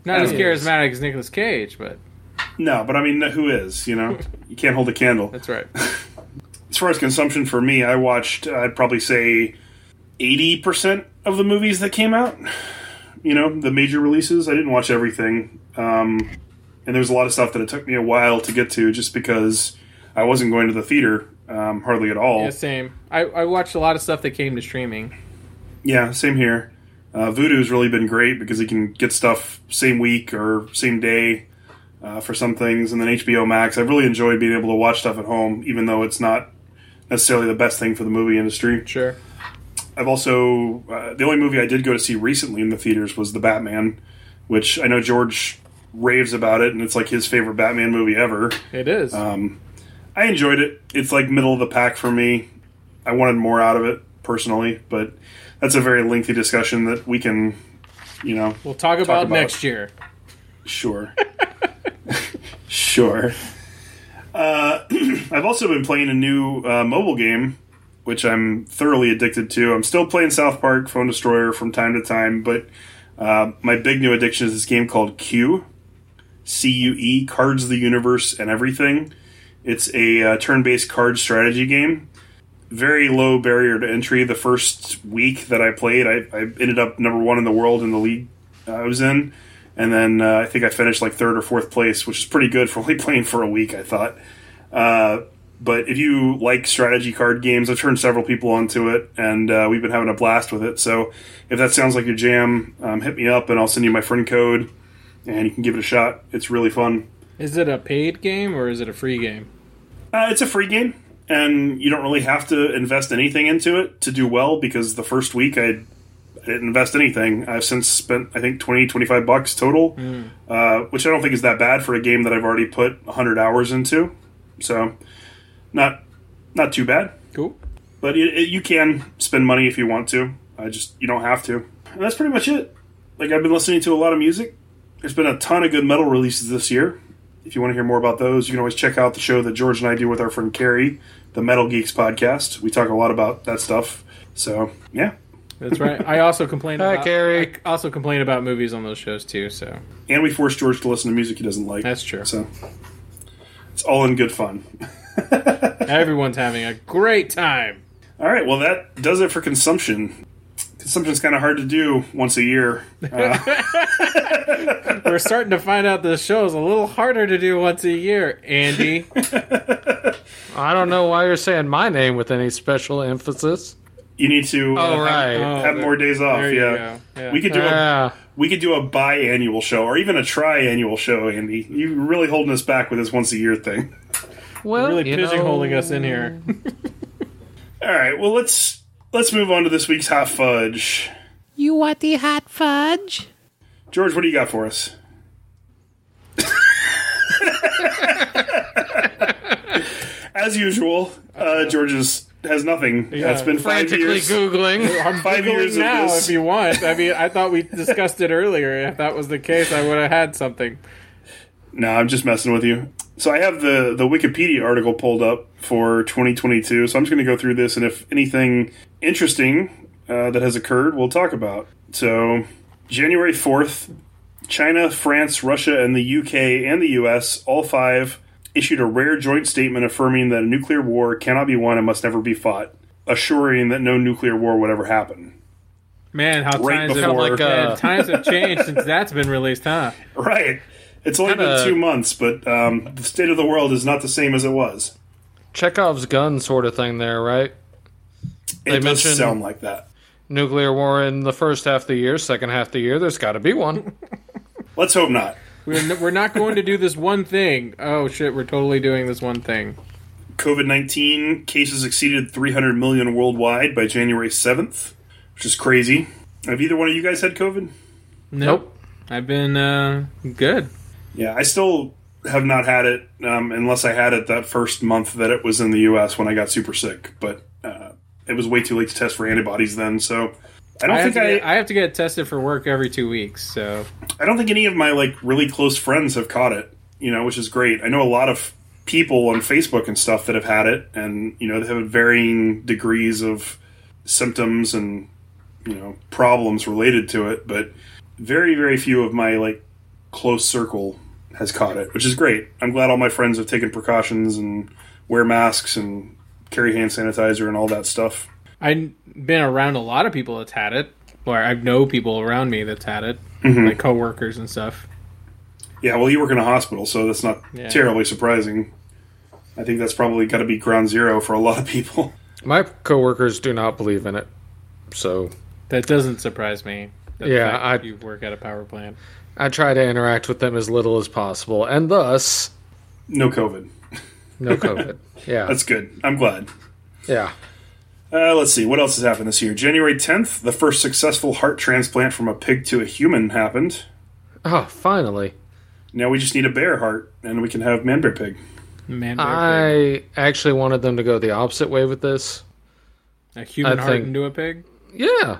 S3: Not as
S1: Yeah.
S3: charismatic as Nicolas Cage, but
S1: No, but I mean, who is? You know, you can't hold a candle.
S3: that's right.
S1: as far as consumption for me, I watched I'd probably say eighty percent of the movies that came out. You know, the major releases. I didn't watch everything, um, and there was a lot of stuff that it took me a while to get to, just because I wasn't going to the theater um, hardly at all.
S3: Yeah, same. I, I watched a lot of stuff that came to streaming.
S1: Yeah, same here. Uh, Voodoo's really been great because you can get stuff same week or same day uh, for some things, and then HBO Max. I've really enjoyed being able to watch stuff at home, even though it's not necessarily the best thing for the movie industry.
S3: Sure.
S1: I've also uh, the only movie I did go to see recently in the theaters was The Batman, which I know George raves about it, and it's like his favorite Batman movie ever.
S3: It is.
S1: I enjoyed it. It's like middle of the pack for me. I wanted more out of it personally, but that's a very lengthy discussion that we can, you know,
S3: We'll talk about,
S1: about
S3: next
S1: it.
S3: year.
S1: Sure. sure. Uh, I've also been playing a new uh, mobile game, which I'm thoroughly addicted to. I'm still playing South Park Phone Destroyer from time to time, but uh, my big new addiction is this game called Q, C U E, Cards of the Universe and Everything. It's a uh, turn based card strategy game. Very low barrier to entry. The first week that I played, I, I ended up number one in the world in the league uh, I was in and then uh, I think I finished like third or fourth place, which is pretty good for only playing for a week. I thought. Uh, but if you like strategy card games, I've turned several people onto it, and uh, we've been having a blast with it. So if that sounds like your jam, um, hit me up, and I'll send you my friend code, and you can give it a shot. It's really fun.
S3: Is it a paid game or is it a free game?
S1: Uh, it's a free game, and you don't really have to invest anything into it to do well because the first week I I didn't invest anything. I've since spent, I think, 20, 25 bucks total, uh, which I don't think is that bad for a game that I've already put 100 hours into. So, not not too bad.
S3: Cool.
S1: But it, it, you can spend money if you want to. I just, you don't have to. And that's pretty much it. Like, I've been listening to a lot of music. There's been a ton of good metal releases this year. If you want to hear more about those, you can always check out the show that George and I do with our friend Carrie, the Metal Geeks podcast. We talk a lot about that stuff. So, yeah.
S3: That's right. I also complain
S2: Hi,
S3: about
S2: Carrie.
S3: I also complain about movies on those shows too, so
S1: And we force George to listen to music he doesn't like.
S3: that's true.
S1: So it's all in good fun.
S3: Everyone's having a great time.
S1: All right, well that does it for consumption. Consumption's kind of hard to do once a year. Uh,
S3: We're starting to find out the show is a little harder to do once a year, Andy.
S2: I don't know why you're saying my name with any special emphasis.
S1: you need to uh,
S2: Oh, right.
S3: Oh,
S1: have
S3: there-
S1: more days off.
S3: there you
S1: Yeah.
S3: go. Yeah.
S1: we could do a
S2: Yeah.
S1: we could do a biannual show or even a triannual show, Andy. You're really holding us back with this once a year thing.
S2: Well,
S3: really
S2: you know,
S3: pigeonholing us in here.
S1: All right, well let's let's move on to this week's hot fudge.
S5: You want the hot fudge?
S1: George, what do you got for us? As usual, uh, George is, has nothing. It's been five
S2: Frantically
S1: years.
S2: googling.
S3: I'm
S1: Five
S3: Googling
S1: years of
S3: now
S1: this.
S3: if you want. I mean, I thought we discussed it earlier. If that was the case, I would have had something.
S1: No, I'm just messing with you. So I have the the Wikipedia article pulled up for 2022. So I'm just going to go through this, and if anything interesting uh, that has occurred, we'll talk about. So January 4th, China, France, Russia, and the UK and the US, all five, issued a rare joint statement affirming that a nuclear war cannot be won and must never be fought, assuring that no nuclear war would ever happen.
S3: Man, how
S1: Right
S3: times have
S1: before-
S2: Like uh,
S3: man,
S2: a,
S3: times have changed since that's been released, huh?
S1: Right. It's only
S2: Kinda-
S1: been two months, but um, the state of the world is not the same as it was.
S2: Chekhov's gun sort of thing there, right?
S1: It
S2: They
S1: does
S2: mentioned-
S1: sound like that.
S2: Nuclear war in the first half of the year, second half of the year, there's got to be one.
S1: Let's hope not.
S3: We're, n- we're not going to do this one thing. Oh shit, we're totally doing this one thing.
S1: COVID 19 cases exceeded 300 million worldwide by January 7th, which is crazy. Have either one of you guys had COVID?
S3: Nope. I've been uh, good.
S1: Yeah, I still have not had it um, unless I had it that first month that it was in the US when I got super sick, but uh, it was way too late to test for antibodies then, so. I don't
S3: I, have
S1: think
S3: to
S1: I,
S3: get, I have to get tested for work every two weeks, so
S1: I don't think any of my like really close friends have caught it, you know, which is great. I know a lot of people on Facebook and stuff that have had it, and you know they have varying degrees of symptoms and you know problems related to it, but very very few of my like close circle has caught it, which is great. I'm glad all my friends have taken precautions and wear masks and carry hand sanitizer and all that stuff.
S3: I've been around a lot of people that's had it. Where I know people around me that's had it,
S1: Mm-hmm.
S3: like coworkers and stuff.
S1: Yeah, well, you work in a hospital, so that's not
S3: Yeah.
S1: terribly surprising. I think that's probably got to be ground zero for a lot of people.
S2: My coworkers do not believe in it. So
S3: That doesn't surprise me. The
S2: Yeah,
S3: fact
S2: I-
S3: that you work at a power plant.
S2: I try to interact with them as little as possible, and thus,
S1: No COVID.
S2: no COVID. Yeah.
S1: That's good. I'm glad.
S2: yeah.
S1: Uh, let's see what else has happened this year. January 10th, the first successful heart transplant from a pig to a human happened.
S2: Oh, finally.
S1: Now we just need a bear heart, and we can have man bear pig.
S3: Man, bear
S2: I actually wanted them to go the opposite way with this.
S3: pig. a human
S2: I
S3: heart
S2: think-
S3: into a pig.
S2: Yeah.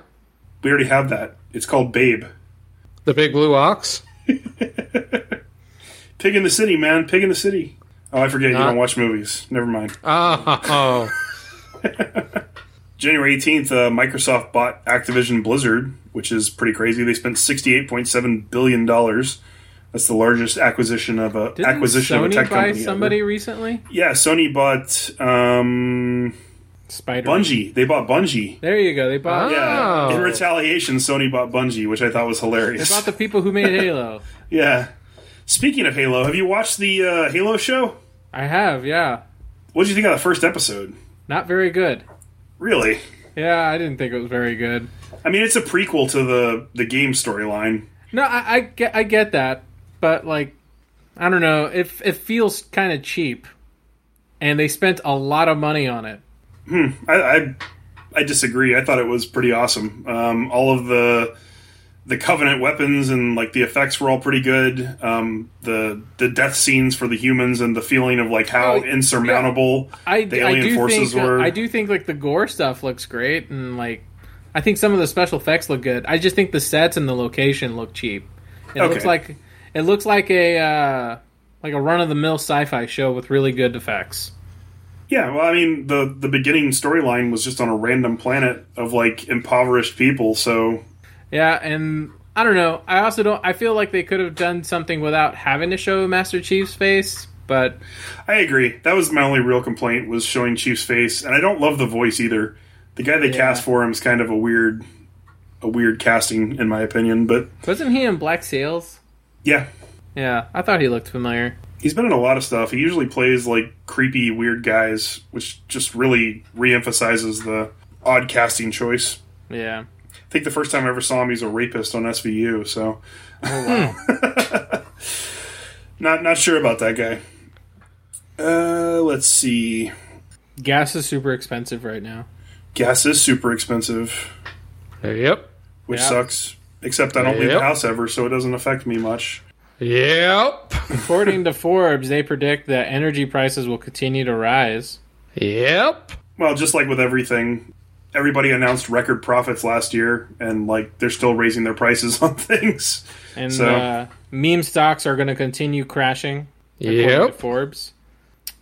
S1: We already have that. It's called Babe.
S2: The big blue ox?
S1: Pig in the City, man. Pig in the City. Oh, I forget. you
S2: Not-
S1: don't watch movies. Never mind.
S2: Oh,
S1: January 18th, uh, Microsoft bought Activision Blizzard, which is pretty crazy. They spent $68.7 billion. That's the largest acquisition of a
S3: Didn't
S1: acquisition of
S3: Sony
S1: a tech
S3: buy
S1: company. ever.
S3: somebody recently?
S1: Yeah, Sony bought um,
S3: Spider.
S1: Bungie. They bought Bungie.
S3: There you go. They bought.
S1: Yeah.
S2: Oh.
S1: In retaliation, Sony bought Bungie, which I thought was hilarious.
S3: They bought the people who made Halo.
S1: yeah. Speaking of Halo, have you watched the uh, Halo show?
S3: I have. Yeah.
S1: What did you think of the first episode?
S3: Not very good.
S1: Really?
S3: Yeah, I didn't think it was very good.
S1: I mean, it's a prequel to the the game storyline.
S3: No, I, I get I get that, but like, I don't know. It it feels kind of cheap, and they spent a lot of money on it.
S1: I, I I disagree. I thought it was pretty awesome. Um, all of the the Covenant weapons and like the effects were all pretty good. Um, the the death scenes for the humans and the feeling of like how
S3: Oh,
S1: insurmountable
S3: I,
S1: the
S3: I
S1: alien
S3: do
S1: forces
S3: think uh,
S1: were.
S3: I do think like the gore stuff looks great, and like, I think some of the special effects look good. I just think the sets and the location look cheap. It looks
S1: Okay.
S3: like it looks like a uh, like a run of the mill sci fi show with really good effects.
S1: Yeah, well, I mean, the the beginning storyline was just on a random planet of like impoverished people. So
S3: Yeah, and I don't know. I also don't. I feel like they could have done something without having to show Master Chief's face, but
S1: I agree. That was my only real complaint was showing Chief's face, and I don't love the voice either. The guy they cast for him is kind of a weird, a weird casting in my opinion. But
S3: wasn't he in Black Sails?
S1: yeah,
S3: Yeah, I thought he looked familiar.
S1: he's been in a lot of stuff. He usually plays like creepy, weird guys, which just really reemphasizes the odd casting choice.
S3: Yeah.
S1: I think the first time I ever saw him, he's a rapist on SVU. So, not not sure about that guy. Uh, let's see.
S3: Gas is super expensive right now.
S1: Gas is super expensive,
S2: oh. Yep.
S1: which
S3: Yeah.
S1: sucks. Except I don't leave the
S2: Yep.
S1: house ever, so it doesn't affect me much.
S2: Yep.
S3: According to Forbes, they predict that energy prices will continue to rise.
S2: Yep.
S1: Well, just like with everything, everybody announced record profits last year, and like they're still raising their prices on things.
S3: And
S1: So-
S3: uh, meme stocks are going to continue crashing, according to
S2: Yep.
S3: Forbes.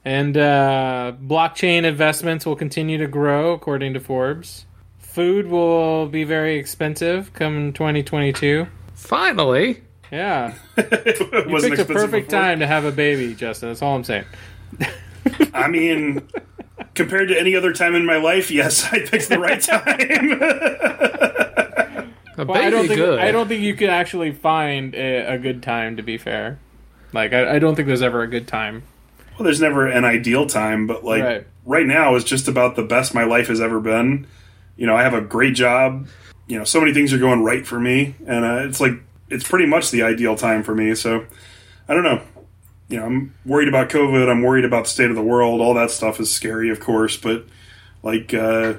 S3: And uh, blockchain investments will continue to grow, according to Forbes. Food will be very expensive come 2022.
S2: Finally.
S3: Yeah.
S1: it
S3: You
S1: wasn't
S3: picked a
S1: expensive
S3: perfect
S1: before.
S3: time to have a baby, Justin. That's all I'm saying.
S1: I mean, compared to any other time in my life, yes, I picked the right time.
S2: A
S3: Well,
S2: baby
S3: I don't think
S2: good.
S3: I don't think you can actually find a, a good time. To be fair, like I, I don't think there's ever a good time.
S1: well, there's never an ideal time, but like
S3: Right.
S1: right. now is just about the best my life has ever been. You know, I have a great job. You know, so many things are going right for me, and uh, it's like it's pretty much the ideal time for me. So I don't know. You know, I'm worried about COVID. I'm worried about the state of the world. All that stuff is scary, of course, but like uh,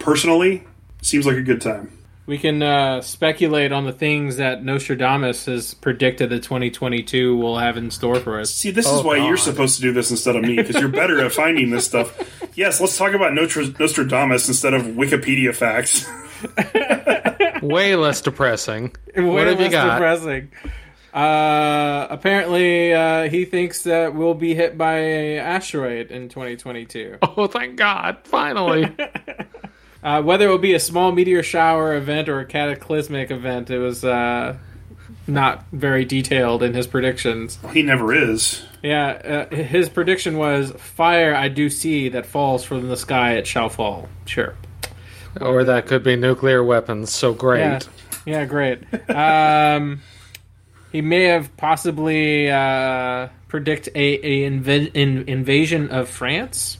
S1: personally, seems like a good time.
S3: We can uh, speculate on the things that Nostradamus has predicted that 2022 will have in store for us.
S1: See, this is why you're supposed to do this instead of me because you're better at finding this stuff. Yes, let's talk about Notre- Nostradamus instead of Wikipedia facts.
S2: Way less depressing. what
S3: Way
S2: have you
S3: less
S2: got?
S3: Depressing. Uh, apparently, uh, he thinks that we'll be hit by an asteroid in 2022.
S2: oh, thank God. Finally.
S3: Uh, whether it will be a small meteor shower event or a cataclysmic event, it was uh, not very detailed in his predictions.
S1: he never is.
S3: Yeah, uh, his prediction was fire I do see that falls from the sky, it shall fall. Sure.
S2: or that could be nuclear weapons. So great.
S3: Yeah, yeah great. Um, he may have possibly uh, predict a, a inv- in, invasion of France.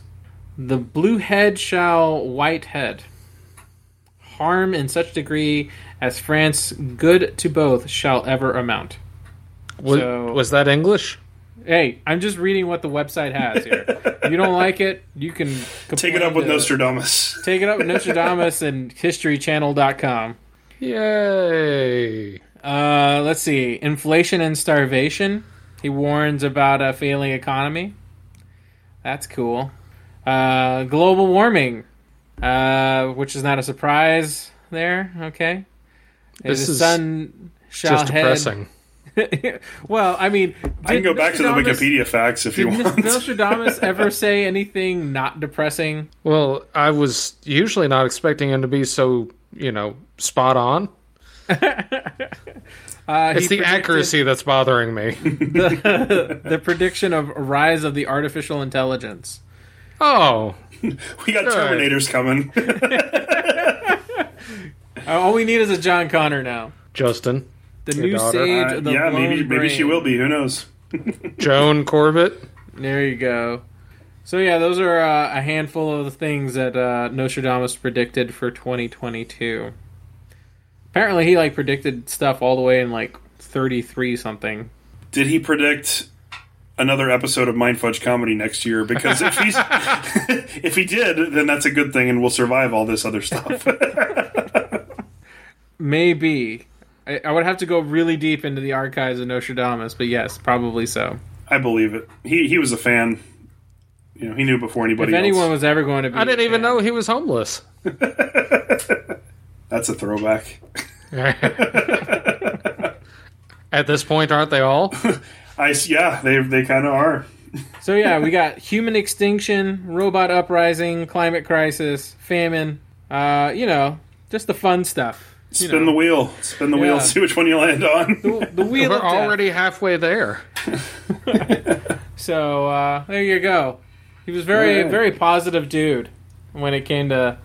S3: The blue head shall white head harm in such degree as France good to both shall ever amount.
S2: Wa-
S3: So-
S2: was that English?
S3: Hey, I'm just reading what the website has here. If you don't like it, you can
S1: Take it up with
S3: complain to-
S1: Nostradamus.
S3: Take it up with Nostradamus and HistoryChannel.com.
S2: Yay.
S3: Uh, let's see. Inflation and starvation. He warns about a failing economy. That's cool. Uh, global warming, uh, which is not a surprise there. Okay.
S2: This
S3: the
S2: is
S3: sun shall
S2: Just
S3: head-
S2: depressing.
S3: well, I mean,
S1: I can go back to the Wikipedia facts if you
S3: Did Nos-
S1: want.
S3: Nostradamus ever say anything not depressing?
S2: Well, I was usually not expecting him to be so, you know, spot on.
S3: Uh, he
S2: It's the
S3: predicted
S2: accuracy that's bothering me.
S3: The prediction of a rise of the artificial intelligence.
S2: Oh,
S1: we got Terminators coming.
S3: Uh, all we need is a John Connor now.
S2: Justin,
S3: The
S2: Your
S3: new
S2: daughter?
S3: sage
S1: Uh,
S3: of the
S1: yeah, maybe
S3: blown
S1: maybe she
S3: brain.
S1: will be. Who knows?
S2: Joan Corbett.
S3: There you go. So yeah, those are uh, a handful of the things that uh, Nostradamus predicted for 2022. Apparently, he like predicted stuff all the way in like 33 something.
S1: Did he predict another episode of Mind Fudge Comedy next year? Because if he's if he did, then that's a good thing, and we'll survive all this other stuff.
S3: Maybe I, I would have to go really deep into the archives of Nostradamus, but yes, probably so.
S1: I believe it. He he was a fan. You know, he knew before anybody
S3: If anyone
S1: else.
S3: was ever going to be,
S2: I didn't even know he was homeless.
S1: That's a throwback.
S2: At this point, aren't they all?
S1: I s- yeah, they they kind of are.
S3: So yeah, we got human extinction, robot uprising, climate crisis, famine. Uh, you know, just the fun stuff.
S1: Spin the wheel, spin the
S3: Yeah.
S1: wheel, see which one you land on.
S3: The wheel
S2: We're
S3: of death.
S2: already halfway there.
S3: So uh, there you go. He was very
S1: Alright.
S3: very positive dude when it came to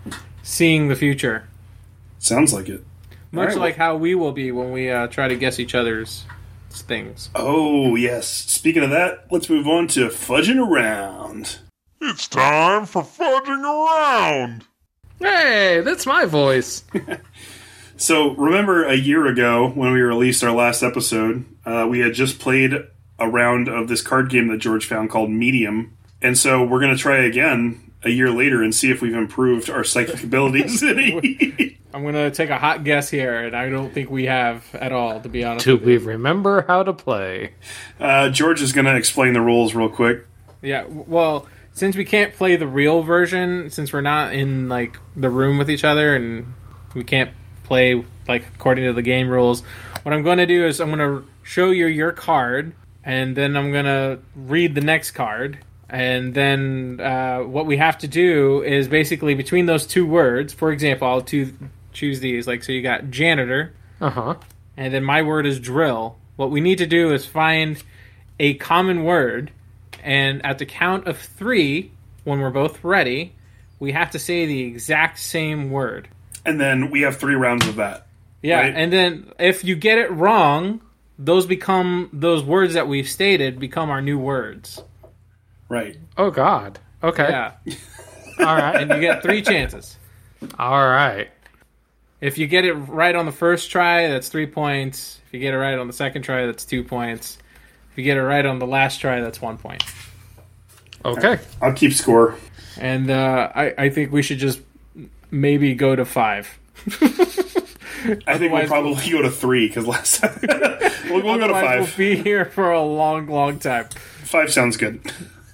S3: seeing the future,
S1: Sounds like it.
S3: much
S1: Alright,
S3: like how we will be when we uh, try to guess each other's things.
S1: Oh yes. Speaking of that, let's move on to fudging around.
S4: It's time for fudging around.
S2: Hey, that's my voice.
S1: So remember a year ago when we released our last episode, uh, we had just played a round of this card game that George found called Medium, and so we're going to try again a year later and see if we've improved our psychic abilities.
S3: I'm gonna take a hot guess here, and I don't think we have at all, to be honest.
S2: Do we remember how to play?
S1: uh, George is going to explain the rules real quick.
S3: Yeah, w- well, since we can't play the real version, since we're not in like the room with each other, and we can't play like according to the game rules, what I'm going to do is I'm going to show you your card, and then I'm going to read the next card, and then uh, what we have to do is basically between those two words. For example, I'll to- choose these. Like, so you got janitor,
S2: Uh huh.
S3: and then my word is drill. What we need to do is find a common word, and at the count of three, when we're both ready, we have to say the exact same word.
S1: And then we have three rounds of that.
S3: Yeah,
S1: Right.
S3: and then if you get it wrong, those become those words that we've stated become our new words.
S1: Right.
S2: Oh God. Okay.
S3: Yeah,
S2: All right.
S3: you get three chances.
S2: All right.
S3: If you get it right on the first try, that's three points. If you get it right on the second try, that's two points. If you get it right on the last try, that's one point.
S2: Okay.
S1: I'll keep score.
S3: and uh, I, I think we should just maybe go to five.
S1: I think we'll
S3: Otherwise-
S1: probably go to three because last time we'll, we'll go to
S3: Otherwise,
S1: five.
S3: We'll be here for a long, long time.
S1: Five sounds good.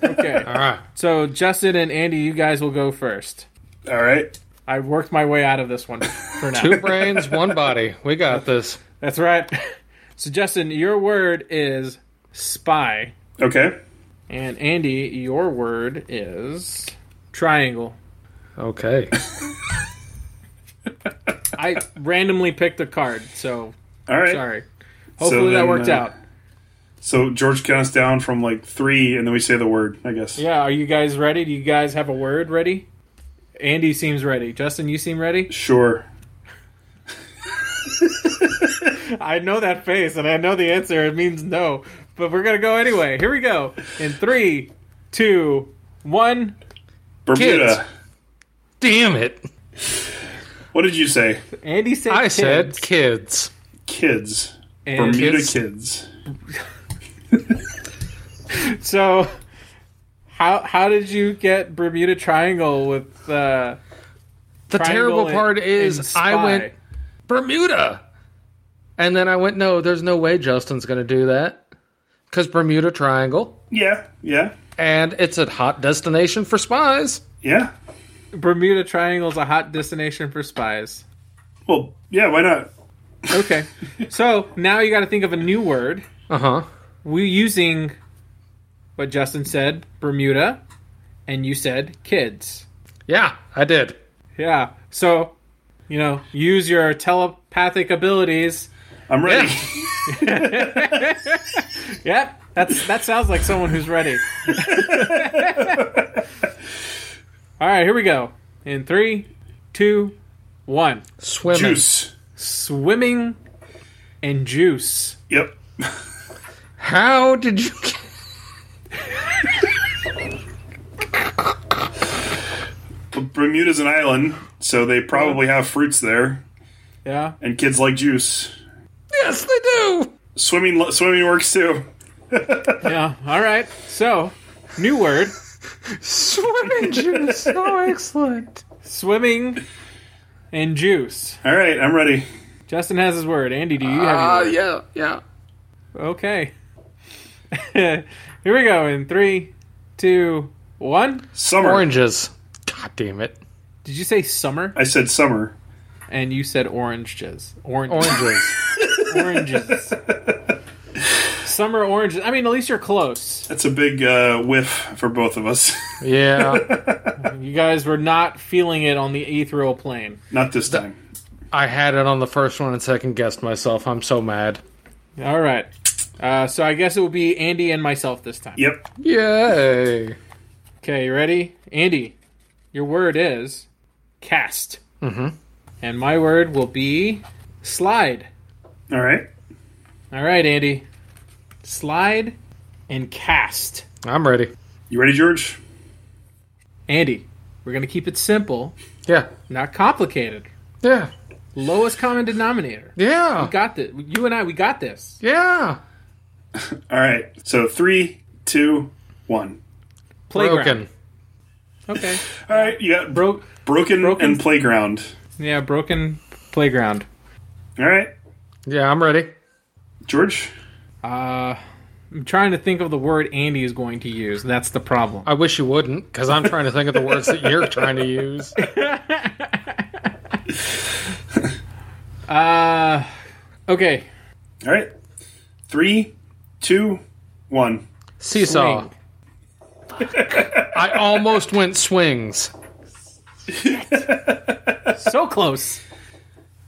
S3: Okay.
S2: All right.
S3: so Justin and Andy, you guys will go first.
S1: All right.
S3: I worked my way out of this one for
S2: Two
S3: now.
S2: brains, one body. We got this.
S3: That's right. So Justin, your word is spy,
S1: Okay.
S3: and Andy, your word is triangle.
S2: Okay.
S3: I randomly picked a card, so
S1: All right.
S3: sorry. Hopefully that
S1: then,
S3: worked
S1: uh,
S3: out.
S1: So George counts down from like three, and then we say the word. I guess.
S3: Yeah, are you guys ready? Do you guys have a word ready? Andy seems ready. Justin, you seem ready?
S1: Sure.
S3: I know that face and I know the answer. It means no. But we're going to go anyway. Here we go. In three, two, one.
S1: Bermuda.
S2: Kids. Damn it!
S1: What did you say?
S3: Andy said
S2: I said
S3: kids.
S2: kids.
S1: Kids.
S3: And
S1: Bermuda
S2: kids.
S1: kids.
S3: so, how, how did you get Bermuda Triangle with. Uh,
S2: The terrible part is I went Bermuda. And then I went, no, there's no way Justin's going to do that. Because Bermuda Triangle,
S1: Yeah. Yeah.
S2: and it's a hot destination for spies.
S1: Yeah.
S3: Bermuda Triangle is a hot destination for spies.
S1: Well, yeah. Why not?
S3: Okay. so now you got to think of a new word.
S2: Uh huh.
S3: We're using what Justin said, Bermuda, and you said kids.
S2: Yeah, I did.
S3: Yeah. So, you know, use your telepathic abilities.
S1: I'm ready.
S3: Yep. That's that sounds like someone who's ready. All right, here we go. In three, two, one.
S2: Swimming.
S1: Juice.
S3: Swimming and juice.
S1: Yep.
S2: How did you?
S1: Bermuda's an island, so they probably have fruits there,
S3: Yeah.
S1: and kids like juice.
S2: yes, they do.
S1: Swimming, swimming works too.
S3: Yeah. All right. So, new word.
S2: Swimming juice. So excellent.
S3: swimming and juice.
S1: All right, I'm ready.
S3: Justin has his word. Andy, do you have your word?
S2: yeah, Uh, yeah.
S3: Okay. Here we go in three, two, one.
S1: Summer.
S2: Oranges. God damn it.
S3: Did you say summer?
S1: I said summer.
S3: And you said oranges. Orange,
S2: Oranges.
S3: oranges. summer oranges. I mean, at least you're close.
S1: That's a big uh, whiff for both of us.
S2: yeah.
S3: You guys were not feeling it on the ethereal plane.
S1: Not this time.
S2: I had it on the first one and second guessed myself. I'm so mad.
S3: All right. Uh, so I guess it will be Andy and myself this time.
S1: Yep.
S2: Yay.
S3: Okay, you ready? Andy, your word is cast. Mm-hmm. And my word will be slide.
S1: All right.
S3: All right, Andy. Slide and cast.
S2: I'm ready.
S1: You ready, George?
S3: Andy, we're going to keep it simple,
S2: Yeah.
S3: not complicated.
S2: Yeah.
S3: Lowest common denominator.
S2: Yeah.
S3: We got this. You and I, we got this.
S2: Yeah.
S1: All right. So three, two, one.
S2: Broken.
S3: Playground. Okay.
S1: All right. You got
S3: Broke.
S1: broken,
S3: broken-
S1: and playground.
S3: Yeah, broken playground.
S1: All right,
S2: Yeah, I'm ready.
S1: George.
S3: Uh, I'm trying to think of the word Andy is going to use. That's the problem.
S2: I wish you wouldn't, because I'm trying to think of the words that you're trying to use.
S3: Uh, okay.
S1: All right. Three, two, one.
S2: Seesaw.
S3: Swing.
S2: I almost went swings.
S3: So close.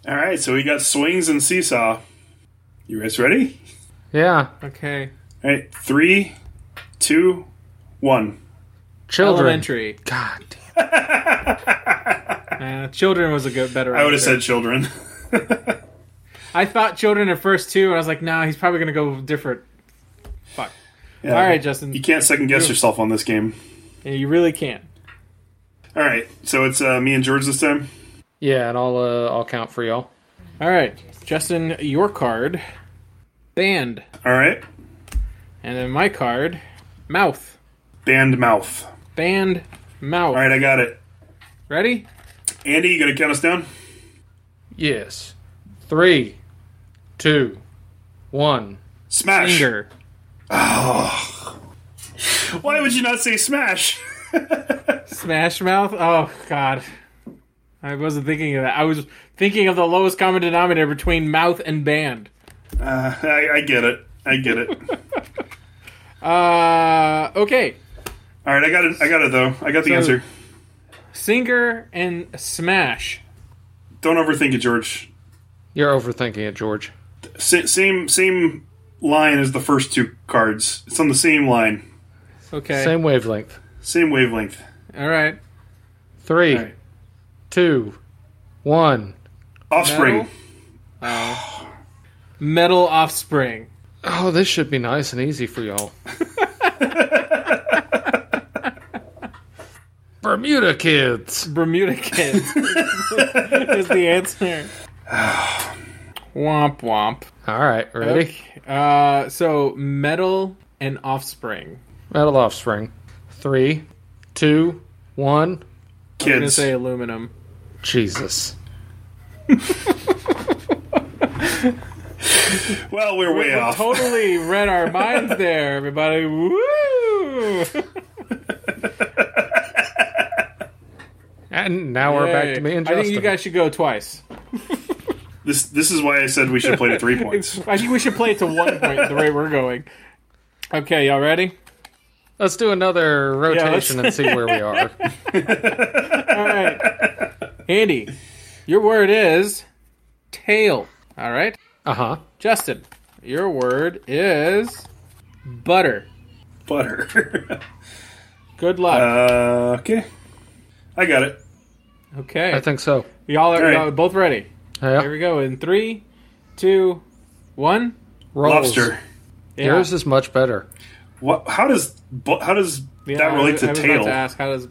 S1: All right. So we got swings and seesaw. You guys ready?
S2: Yeah.
S3: Okay.
S1: All right. Three, two, one.
S2: Children.
S3: Elementary.
S2: God damn.
S3: Uh, children was a good better.
S1: I would have said children.
S3: I thought children at first too, and I was like, nah, he's probably gonna go different. Fuck.
S1: Yeah.
S3: All right, Justin,
S1: You can't second guess yourself on this game.
S3: Yeah, you really can't.
S1: All right. So it's uh, me and George this time.
S2: Yeah, and I'll uh, I'll count for y'all.
S3: All right, Justin, your card, band,
S1: All right.
S3: and then my card, mouth,
S1: Band mouth.
S3: band, mouth.
S1: All right. I got it.
S3: Ready?
S1: Andy, you gonna count us down?
S2: Yes. Three, two, one.
S1: Smash.
S3: Finger.
S1: Why would you not say smash? Uh,
S3: Smash mouth. Oh God. I wasn't thinking of that. I was thinking of the lowest common denominator between mouth and band.
S1: Uh, I, I get it. I get it.
S3: Uh, okay.
S1: All right, I got it. I got it though. I got the
S3: So-
S1: answer.
S3: Singer and Smash.
S1: Don't overthink it, George.
S2: You're overthinking it, George.
S1: S- same same line as the first two cards. It's on the same line,
S3: Okay.
S2: Same wavelength.
S1: same wavelength.
S3: All right.
S2: Three,
S1: Alright.
S2: two, one.
S1: Offspring.
S3: Metal. Metal Offspring.
S2: Oh, this should be nice and easy for y'all. Bermuda kids.
S3: Bermuda Kid is the answer. womp womp.
S2: All right, ready?
S3: Okay. Uh, so metal and Offspring.
S2: Metal offspring. Three, two, one.
S3: I'm gonna
S1: Kids.
S3: say aluminum.
S2: Jesus.
S1: well, we're way off.
S3: Totally read our minds there, everybody. Woo!
S2: And now we're back to me and
S3: I
S2: Justin.
S3: think you guys should go twice.
S1: This this is why I said we should play to three points.
S3: I think we should play it to one point the way we're going. Okay, y'all ready?
S2: Let's do another
S3: let's-
S2: rotation and see where we are.
S3: All right. Andy, your word is tail. All right.
S2: Uh huh.
S3: Justin, your word is butter.
S1: Butter.
S3: Good luck.
S1: uh, okay, I got it.
S3: okay.
S2: Uh, I think so.
S3: y'all are
S1: right.
S3: y'all are both ready. Here
S2: Yeah.
S3: we go. In three, two, one.
S2: Rolls.
S1: Lobster.
S3: Yeah.
S2: Yours is much better.
S1: What? How does bu- how does
S3: Yeah,
S1: that relate
S3: I,
S1: to
S3: was
S1: tail?
S3: About to ask, how does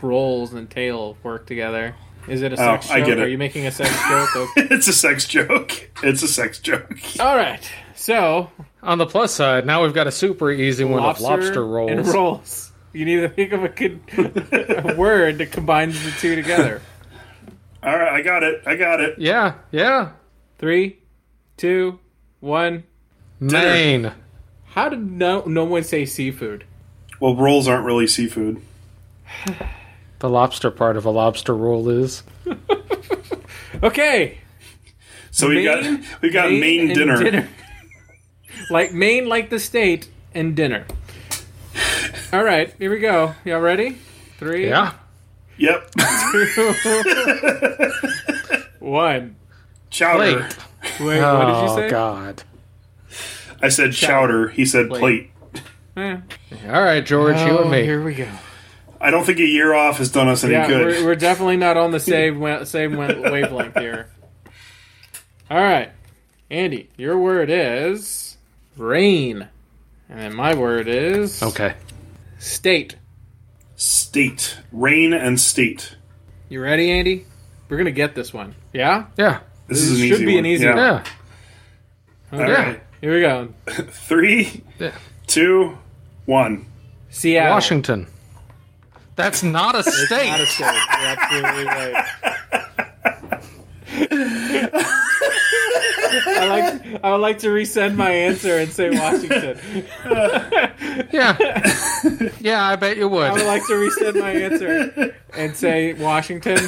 S3: rolls and tail work together? Is it a sex
S1: Oh, I
S3: joke?
S1: get it.
S3: Are you making a sex joke? Okay.
S1: it's a sex joke. It's a sex joke.
S3: All right. So
S2: On the plus side, now we've got a super easy one
S3: lobster,
S2: of lobster rolls.
S3: and rolls. You need to think of a good a word that combines the two together.
S1: All right, I got it. I got it.
S2: yeah, yeah.
S3: Three, two, one.
S2: Maine.
S3: How did no no one say seafood?
S1: Well, rolls aren't really seafood.
S2: The lobster part of a lobster roll is.
S3: Okay,
S1: So we
S3: Main-
S1: got we got main,
S3: and
S1: dinner.
S3: like Maine, like the state, and dinner. All right, here we go. Y'all ready? Three,
S2: Yeah.
S1: Yep,
S3: one.
S1: chowder.
S2: Plate.
S3: Wait,
S2: Oh,
S3: what did you say?
S2: God.
S1: I said chowder. He said plate.
S3: Eh.
S2: All right, George, you
S3: Oh,
S2: and me.
S3: here we go.
S1: I don't think a year off has done us any
S3: Yeah,
S1: good.
S3: we're, we're definitely not on the same wa- same wa- wavelength here. All right, Andy, your word is rain, and then my word is
S2: Okay.
S3: state.
S1: State, rain, and state.
S3: You ready, Andy? We're gonna get this one. Yeah.
S2: Yeah.
S1: This, is an
S3: should
S1: easy
S3: be
S1: one.
S3: an easy
S1: yeah.
S3: one.
S1: All
S2: Yeah. Yeah.
S1: right.
S3: Here we go.
S1: Three,
S2: Yeah.
S1: two, one.
S3: Seattle.
S2: Washington. That's not a state.
S3: Not a state. You're absolutely right. I like. I would like to resend my answer and say Washington.
S2: yeah. Yeah, I bet you would.
S3: I would like to resend my answer and say Washington.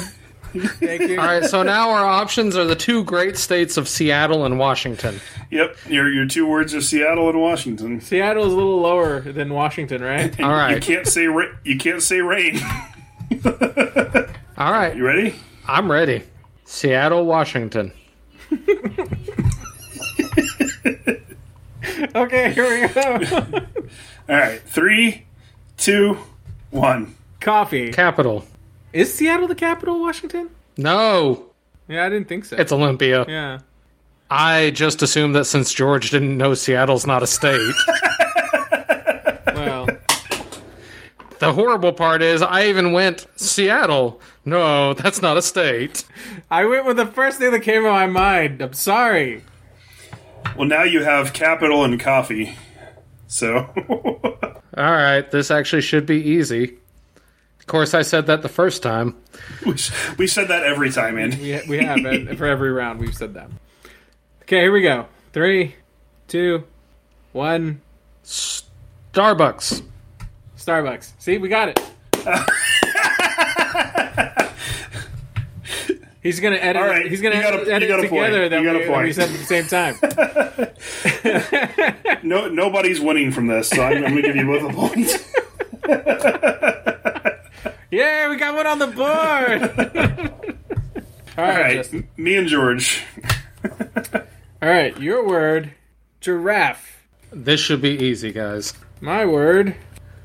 S3: Thank you.
S2: All right, so now our options are the two great states of Seattle and Washington.
S1: Yep, your your two words are Seattle and Washington.
S3: Seattle is a little lower than Washington, right?
S2: All
S1: You
S2: right.
S1: can't say ra- you can't say rain.
S2: All right.
S1: You ready?
S2: I'm ready. Seattle, Washington.
S3: Okay, here we go.
S1: All right, three, two, one.
S3: Coffee.
S2: Capital.
S3: Is Seattle the capital of Washington?
S2: No,
S3: Yeah, I didn't think so.
S2: it's Olympia.
S3: yeah.
S2: I just assumed that since George didn't know Seattle's not a state.
S3: Well,
S2: the horrible part is I even went Seattle. No, that's not a state.
S3: I went with the first thing that came to my mind. I'm sorry.
S1: Well, now you have capital and coffee. So
S2: All right, this actually should be easy. Of course, I said that the first time.
S1: we, s- we said that every time, Andy.
S3: We, we have and for every round we've said that. Okay, here we go. Three, two, one.
S2: Starbucks.
S3: Starbucks. See, we got it. he's gonna edit.
S1: All
S3: it-
S1: right,
S3: He's gonna
S1: you got a-
S3: edit,
S1: you
S3: edit
S1: got a
S3: it
S1: point.
S3: together that
S1: You got a
S3: we, that we
S1: point.
S3: said at the same time.
S1: No, nobody's winning from this, so I'm, I'm going to give you both a point.
S3: Yay, we got one on the board. All right,
S1: All right,
S3: Justin.
S1: m- me and George.
S3: All right, your word, giraffe.
S2: This should be easy, guys.
S3: My word,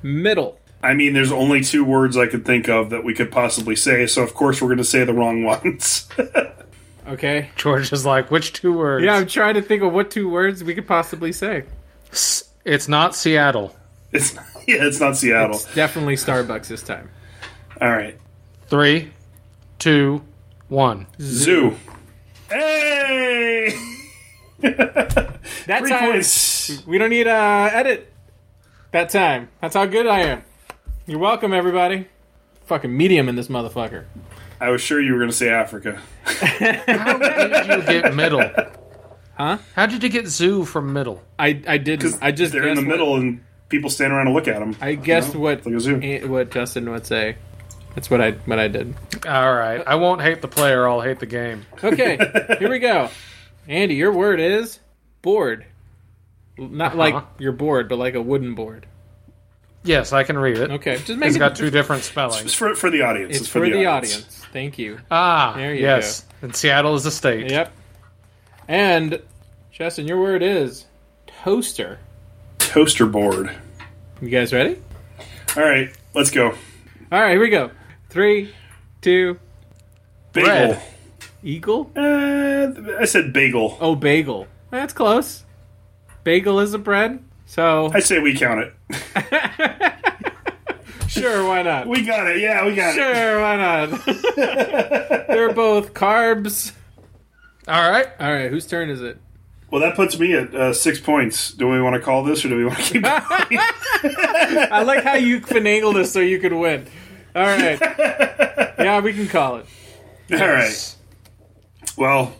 S3: middle.
S1: I mean, there's only two words I could think of that we could possibly say, so of course we're going to say the wrong ones.
S3: Okay.
S2: George is like, which two words?
S3: Yeah, I'm trying to think of what two words we could possibly say.
S2: S- It's not Seattle.
S1: it's yeah, it's not Seattle.
S3: It's definitely Starbucks this time.
S1: All right,
S2: Three, two, one.
S1: zoo. Hey,
S3: That's
S1: three
S3: how
S1: points.
S3: We don't need uh, edit that time. That's how good I am. You're welcome, everybody. Fucking medium in this motherfucker.
S1: I was sure you were going to say Africa.
S2: How did you get middle?
S3: Huh?
S2: How did you get zoo from middle?
S3: I I didn't. I just
S1: they're in the
S3: guessed
S1: middle, and people stand around and look at them.
S3: What, I guessed what
S1: like a zoo.
S3: eh, what Justin would say. That's what I what I did.
S2: All right. I won't hate the player. I'll hate the game.
S3: Okay, here we go. Andy, your word is board. Not like you're bored, but like a wooden board.
S2: Yes, I can read it.
S3: Okay, just make
S2: It's
S3: it.
S2: got two different spellings.
S1: It's for, for the audience.
S3: it's for, the audience. Thank you.
S2: Ah,
S3: There you
S2: yes. And Seattle is a state.
S3: Yep. And Justin, your word is toaster.
S1: Toaster board.
S3: You guys ready?
S1: All right, let's go.
S3: All right, here we go. Three, two,
S1: Bagel.
S2: Bread.
S3: eagle.
S1: Uh, I said bagel.
S3: Oh, bagel. That's close. Bagel is a bread. So
S1: I say we count it.
S3: sure, why not?
S1: We got it. Yeah, we got it.
S3: Sure, why not? They're both carbs.
S2: All right.
S3: All right, whose turn is it?
S1: Well, that puts me at uh, six points. Do we want to call this or do we want to keep going?
S3: I like how you finagled us so you could win. All right. Yeah, we can call it.
S1: All right. Well,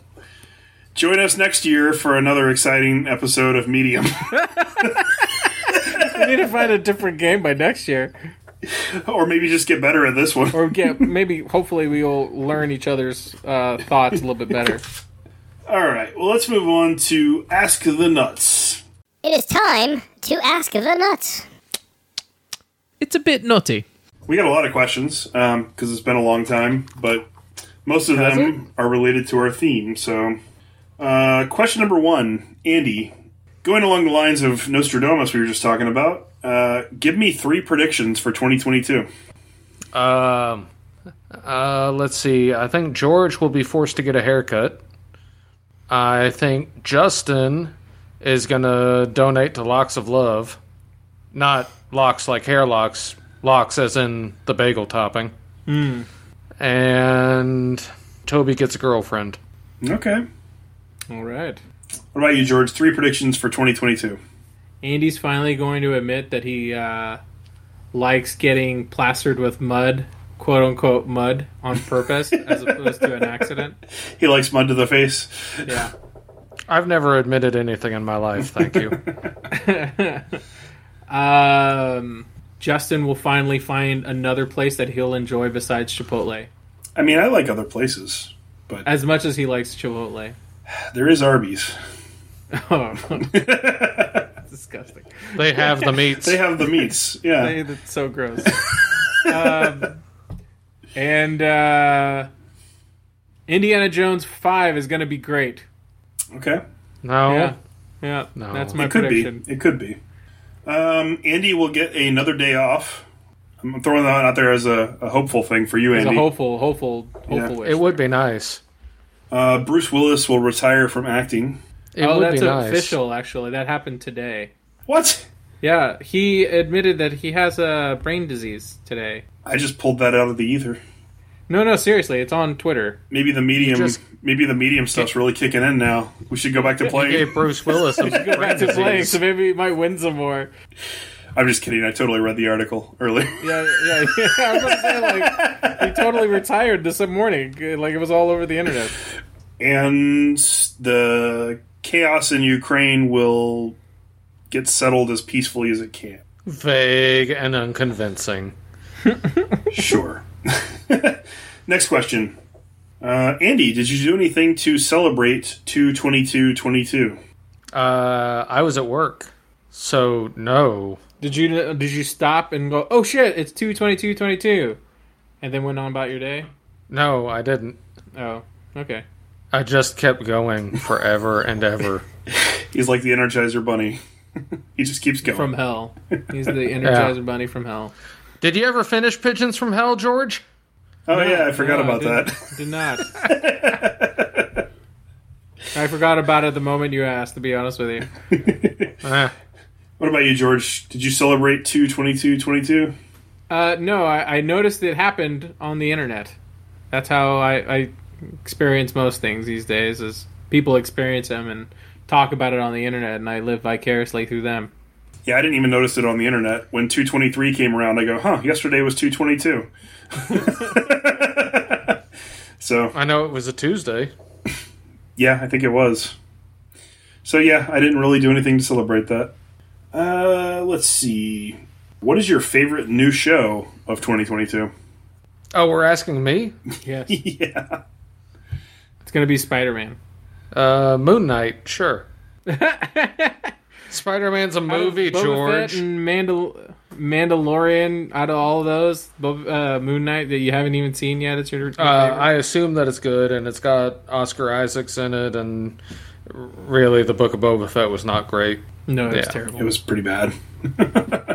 S1: join us next year for another exciting episode of Medium.
S3: We need to find a different game by next year.
S1: or maybe just get better at this one.
S3: Or get maybe, hopefully, we will learn each other's uh, thoughts a little bit better.
S1: All right. Well, let's move on to Ask the Nuts.
S7: It is time to ask the nuts.
S8: It's a bit nutty.
S1: We got a lot of questions because it's been a long time, but most of them are related to our theme. So, uh, question number one, Andy, going along the lines of Nostradamus we were just talking about, uh, give me three predictions for 2022.
S2: Um, uh, let's see. I think George will be forced to get a haircut. I think Justin is gonna donate to Locks of Love, not locks like hair locks, locks as in the bagel topping.
S3: Hmm.
S2: And Toby gets a girlfriend.
S1: Okay.
S3: All right.
S1: What about you, George? Three predictions for 2022.
S3: Andy's finally going to admit that he uh, likes getting plastered with mud, quote unquote mud, on purpose as opposed to an accident.
S1: He likes mud to the face.
S3: Yeah.
S2: I've never admitted anything in my life. Thank you.
S3: Um, Justin will finally find another place that he'll enjoy besides Chipotle,
S1: I mean, I like other places.
S3: as much as he likes Chipotle.
S1: There is Arby's.
S3: Oh, disgusting.
S2: they have the meats.
S1: They have the meats. Yeah.
S3: Hey, That's so gross. um, and uh, Indiana Jones Five is going to be great.
S1: Okay.
S2: no.
S3: Yeah, yeah. That's my
S1: It could be.
S3: prediction.
S1: It could be. Um, Andy will get another day off. I'm throwing that out there as a, a hopeful thing for you,
S3: It's a
S1: Andy.
S3: hopeful, hopeful, hopeful
S1: Yeah.
S3: wish.
S2: It would be nice.
S1: uh, Bruce Willis will retire from acting.
S2: It
S3: oh,
S2: would
S3: that's
S2: be nice.
S3: official. Actually, that happened today.
S1: What?
S3: Yeah, he admitted that he has a brain disease today.
S1: I just pulled that out of the ether.
S3: No, no, seriously, it's on Twitter.
S1: Maybe the medium,
S2: just-
S1: maybe the medium stuff's really kicking in now. We should go back to
S2: Gave
S1: playing.
S2: Bruce Willis a
S3: Go back to playing,
S2: disease.
S3: so maybe he might win some more.
S1: I'm just kidding. I totally read the article earlier.
S3: Yeah, yeah, yeah. I was gonna say like he totally retired this morning. Like it was all over the internet.
S1: And the chaos in Ukraine will get settled as peacefully as it can.
S2: Vague and unconvincing.
S1: Sure. Next question. Uh, Andy, did you do anything to celebrate 22222?
S2: Uh, I was at work, so no.
S3: Did you did you stop and go? Oh shit! It's two twenty two twenty two, and then went on about your day.
S2: No, I didn't.
S3: Oh, okay.
S2: I just kept going forever and ever.
S1: He's like the Energizer Bunny. he just keeps going.
S3: From hell, he's the Energizer Bunny from hell.
S2: Did you ever finish Pigeons from Hell, George?
S1: oh, yeah, I forgot
S3: no,
S1: about
S3: I
S1: that.
S3: Did not. I forgot about it the moment you asked. To be honest with you,
S2: Eh,
S1: what about you, George? Did you celebrate 22222?
S3: uh, no, I, I noticed it happened on the internet. That's how I, I experience most things these days. Is people experience them and talk about it on the internet, and I live vicariously through them.
S1: Yeah, I didn't even notice it on the internet. When 223 came around, I go, huh, yesterday was 222. so,
S2: I know it was a Tuesday.
S1: yeah, I think it was. So, yeah, I didn't really do anything to celebrate that. Uh, let's see. What is your favorite new show of 2022?
S2: Oh, we're asking me?
S3: Yes.
S1: Yeah.
S3: It's going to be Spider Man.
S2: Uh, Moon Knight, sure. Spider Man's a movie, George.
S3: and Mandal- Mandalorian, out of all of those, Bob- uh, Moon Knight that you haven't even seen yet, it's your. your
S2: Uh,
S3: favorite?
S2: I assume that it's good, and it's got Oscar Isaacs in it, and really, the Book of Boba Fett was not great.
S3: no, it's
S2: yeah.
S1: It
S3: terrible.
S1: was pretty bad.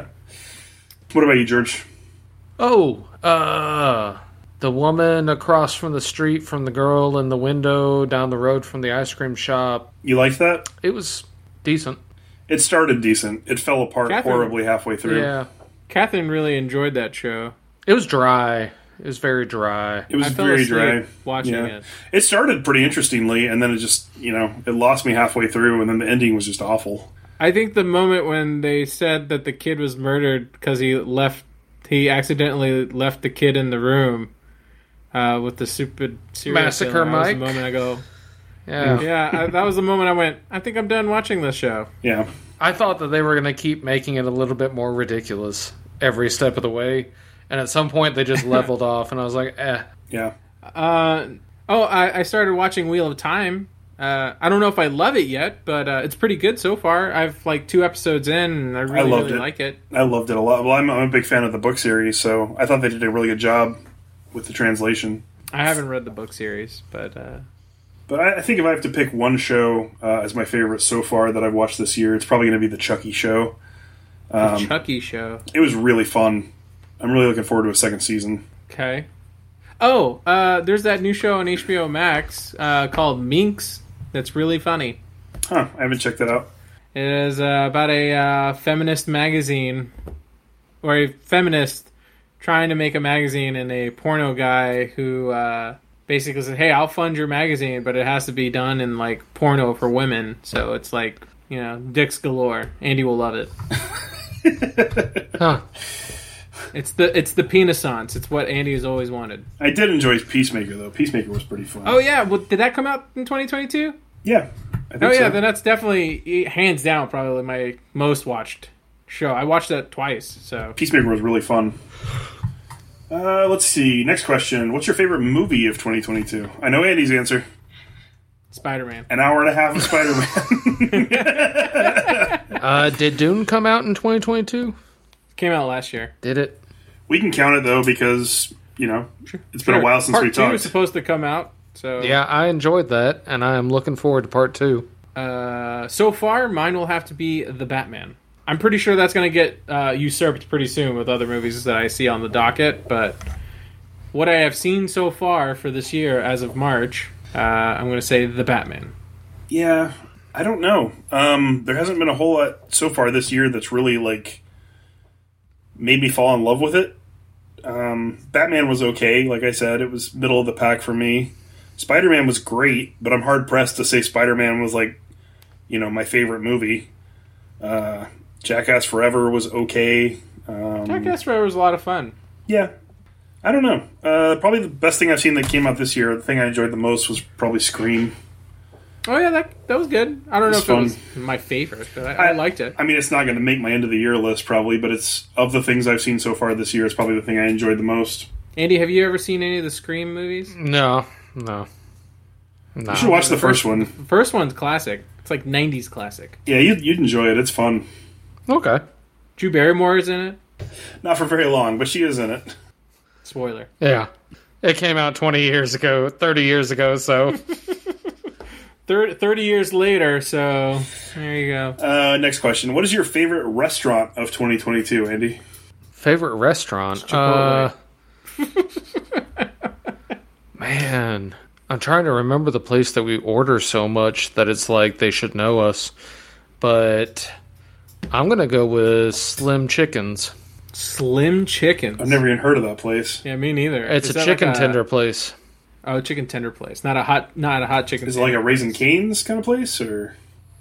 S1: what about you, George?
S2: Oh, uh, the woman across from the street from the girl in the window down the road from the ice cream shop.
S1: You like that?
S2: It was decent.
S1: It started decent. It fell apart
S3: Catherine.
S1: horribly halfway through.
S2: Yeah.
S3: Catherine really enjoyed that show.
S2: It was dry. It was very dry.
S1: It was
S3: I fell
S1: very
S3: asleep
S1: dry.
S3: watching
S1: Yeah.
S3: it.
S1: It started pretty interestingly, and then it just, you know, it lost me halfway through, and then the ending was just awful.
S3: I think the moment when they said that the kid was murdered because he left, he accidentally left the kid in the room uh, with the stupid serial
S2: Massacre
S3: killer, that was
S2: Mike?
S3: The moment I go,
S2: Yeah.
S3: yeah, I, that was the moment I went. I think I'm done watching this show.
S1: Yeah.
S2: I thought that they were going to keep making it a little bit more ridiculous every step of the way. And at some point, they just leveled off, and I was like, eh.
S1: Yeah.
S3: Uh, oh, I, I started watching Wheel of Time. Uh, I don't know if I love it yet, but uh, it's pretty good so far. I've like two episodes in, and I really,
S1: loved
S3: really
S1: it.
S3: like it.
S1: I loved it a lot. Well, I'm, I'm a big fan of the book series, so I thought they did a really good job with the translation.
S3: I haven't read the book series, but uh,
S1: But I, I think if I have to pick one show uh, as my favorite so far that I've watched this year, it's probably going to be the Chucky show. Um,
S3: the Chucky show.
S1: It was really fun. I'm really looking forward to a second season.
S3: Okay. Oh, uh, there's that new show on HBO Max uh, called Minx. That's really funny.
S1: Huh? I haven't checked that out.
S3: It is uh, about a uh, feminist magazine, or a feminist trying to make a magazine, and a porno guy who uh, basically said, "Hey, I'll fund your magazine, but it has to be done in like porno for women." So it's like you know, dicks galore. Andy will love it.
S2: Huh.
S3: It's the it's the penisance. It's what Andy has always wanted.
S1: I did enjoy Peacemaker though. Peacemaker was pretty fun.
S3: Oh yeah, well, did that come out in 2022?
S1: yeah. I think
S3: Oh yeah,
S1: so.
S3: then that's definitely eh, hands down probably my most watched show. I watched that twice. So
S1: Peacemaker was really fun. Uh, let's see. Next question. What's your favorite movie of 2022? I know Andy's answer.
S3: Spider Man.
S1: An hour and a half of Spider Man.
S2: Uh, did Dune come out in 2022?
S3: Came out last year.
S2: Did it?
S1: we can count it though because you know it's been a while since
S3: Part
S1: we
S3: two was
S1: talked.
S3: supposed to come out. So
S2: Yeah, I enjoyed that, and I am looking forward to part two.
S3: uh, so far mine will have to be the Batman. I'm pretty sure that's going to get uh, usurped pretty soon with other movies that I see on the docket. But what I have seen so far for this year, as of March, uh, I'm going to say the Batman.
S1: Yeah, I don't know. Um, there hasn't been a whole lot so far this year that's really like made me fall in love with it. Um, Batman was okay, like I said, it was middle of the pack for me. Spider Man was great, but I'm hard pressed to say Spider Man was like, you know, my favorite movie. Uh, Jackass Forever was okay.
S3: I
S1: Mm.
S3: guess Forever was a lot of fun.
S1: Yeah. I don't know. Uh, probably the best thing I've seen that came out this year, the thing I enjoyed the most was probably Scream.
S3: Oh yeah, that that was good. I don't know
S1: was
S3: if
S1: fun.
S3: it was my favorite, but I, I liked it.
S1: I mean, it's not going to make my end of the year list probably, but it's of the things I've seen so far this year. It's probably the thing I enjoyed the most.
S3: Andy, have you ever seen any of the Scream movies?
S2: No, no. No.
S1: You should watch the first one.
S3: The first one's classic. It's like '90s classic.
S1: Yeah, you'd, you'd enjoy it. It's fun.
S2: Okay.
S3: Drew Barrymore is in it.
S1: Not for very long, but she is in it.
S3: Spoiler.
S2: Yeah. It came out 20 years ago, 30 years ago, so.
S3: Thir- Thirty years later, so there you go.
S1: Uh, next question: What is your favorite restaurant of 2022, Andy?
S2: Favorite restaurant? Uh, man, I'm trying to remember the place that we order so much that it's like they should know us. But I'm gonna go with Slim Chickens.
S3: Slim Chicken.
S1: I've never even heard of that place.
S3: Yeah, me neither.
S2: It's
S3: Is
S2: a
S3: that
S2: chicken
S3: like
S2: tender place.
S3: Oh, chicken tender place. Not a hot. Not a hot chicken.
S1: Is it like a Raisin Canes kind of place, or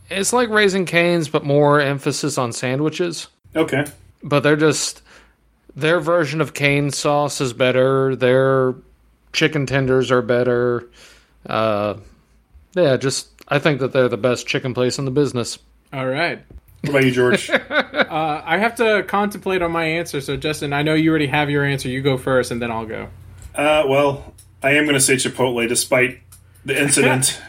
S2: It's like Raising Canes, but more emphasis on sandwiches.
S1: okay?
S2: But they're just their version of cane sauce is better. Their chicken tenders are better. Uh, yeah, just I think that they're the best chicken place in the business.
S3: All right.
S1: What about you, George?
S3: I have to contemplate on my answer. So Justin, I know you already have your answer. You go first, and then I'll go.
S1: Uh, well, I am going to say Chipotle despite the incident.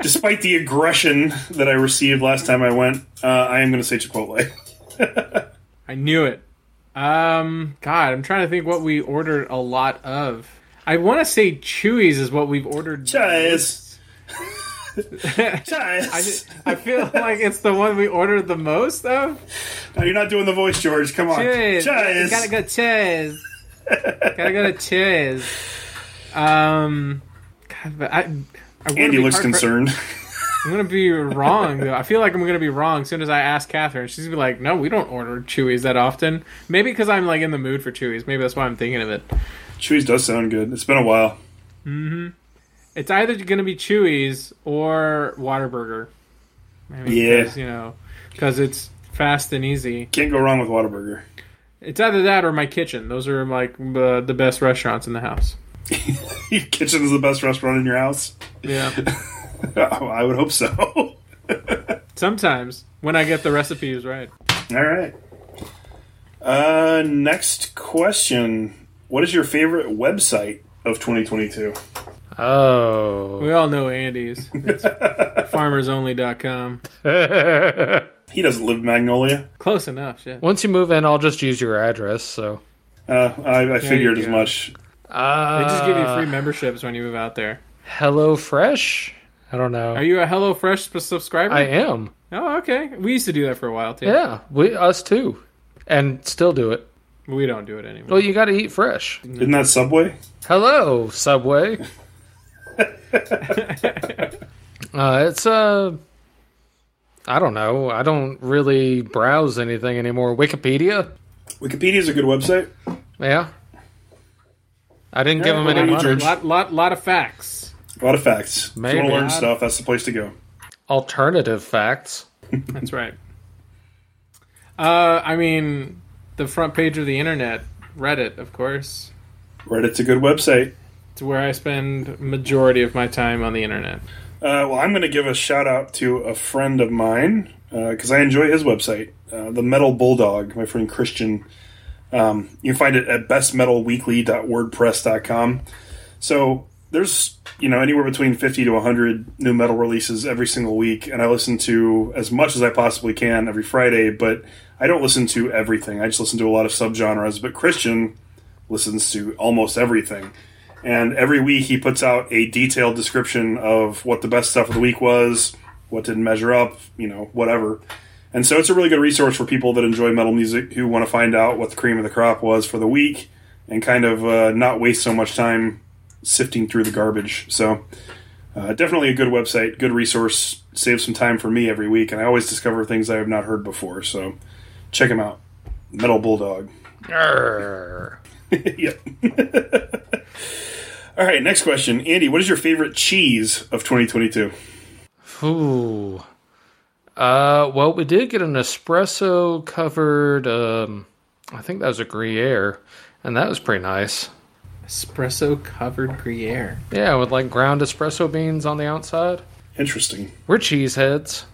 S1: despite the aggression that I received last time I went, uh, I am going to say Chipotle.
S3: I knew it. Um, God, I'm trying to think what we ordered a lot of. I want to say Chewies is what we've ordered.
S1: Guys.
S3: I,
S1: Guys.
S3: just- I feel like it's the one we ordered the most of.
S1: No, Oh, you're not doing the voice, George. Come on.
S3: Cheers.
S1: Guys.
S3: Gotta go cheers. Gotta go to cheers. Um, God, but I, I wouldn't
S1: Andy
S3: be
S1: looks
S3: hard-
S1: concerned.
S3: I'm gonna be wrong though. I feel like I'm gonna be wrong as soon as I ask Catherine. She's gonna be like, "No, we don't order Chewies that often." Maybe because I'm like in the mood for Chewies. Maybe that's why I'm thinking of it.
S1: Chewies does sound good. It's been a while.
S3: It's either gonna be Chewies or Waterburger. I mean,
S1: Yeah.
S3: 'cause, you know, because it's fast and easy.
S1: Can't go wrong with Whataburger.
S3: It's either that or my kitchen. Those are like the the best restaurants in the house.
S1: Your kitchen is the best restaurant in your house.
S3: Yeah.
S1: I would hope so. All
S3: Sometimes when I get the recipes right.
S1: right. Uh, next question. What is your favorite website of 2022?
S2: Oh.
S3: We all know Andy's. It's farmersonly.com.
S1: He doesn't live in Magnolia.
S3: Close enough, shit.
S2: Once you move in, I'll just use your address. So
S1: Uh, I, I figured as
S3: go.
S1: much.
S3: They just give you free
S2: uh,
S3: memberships when you move out there.
S2: Hello Fresh. I don't know.
S3: Are you a HelloFresh s- subscriber?
S2: I am.
S3: oh, okay. We used to do that for a while too.
S2: Yeah, we us too, and still do it.
S3: We don't do it anymore.
S2: Well, you got to eat fresh.
S1: Isn't that Subway?
S2: Hello Subway. uh, it's Uh, I don't know. I don't really browse anything anymore. Wikipedia.
S1: Wikipedia is a good website.
S2: Yeah. I didn't give
S1: Yeah,
S2: him
S1: well,
S2: any
S1: you
S2: money.
S1: drink-
S3: lot, lot, lot of facts.
S1: A lot of facts. If you want
S2: Maybe.
S1: to learn stuff, that's the place to go.
S2: Alternative facts.
S3: That's right. Uh, I mean, the front page of the internet, Reddit, of course.
S1: Reddit's a good website.
S3: It's where I spend majority of my time on the internet.
S1: Uh, well, I'm going to give a shout out to a friend of mine because I enjoy his website, uh, the Metal Bulldog. My friend Christian. Um, you can find it at bestmetalweekly.wordpress.com. So there's you know anywhere between 50 to 100 new metal releases every single week, and I listen to as much as I possibly can every Friday. But I don't listen to everything. I just listen to a lot of subgenres. But Christian listens to almost everything. And every week he puts out a detailed description of what the best stuff of the week was, what didn't measure up, you know, whatever. And so it's a really good resource for people that enjoy metal music who want to find out what the cream of the crop was for the week and kind of uh, not waste so much time sifting through the garbage. So uh, definitely a good website, good resource, saves some time for me every week. And I always discover things I have not heard before. So check him out. Metal Bulldog.
S2: Grr.
S1: Yep. All right, next question. Andy, what is your favorite cheese of 2022?
S2: Ooh. Uh, well, we did get an espresso covered, um, I think that was a Gruyere, and that was pretty nice.
S3: Espresso covered Gruyere.
S2: Yeah, with like ground espresso beans on the outside.
S1: Interesting.
S2: We're cheeseheads.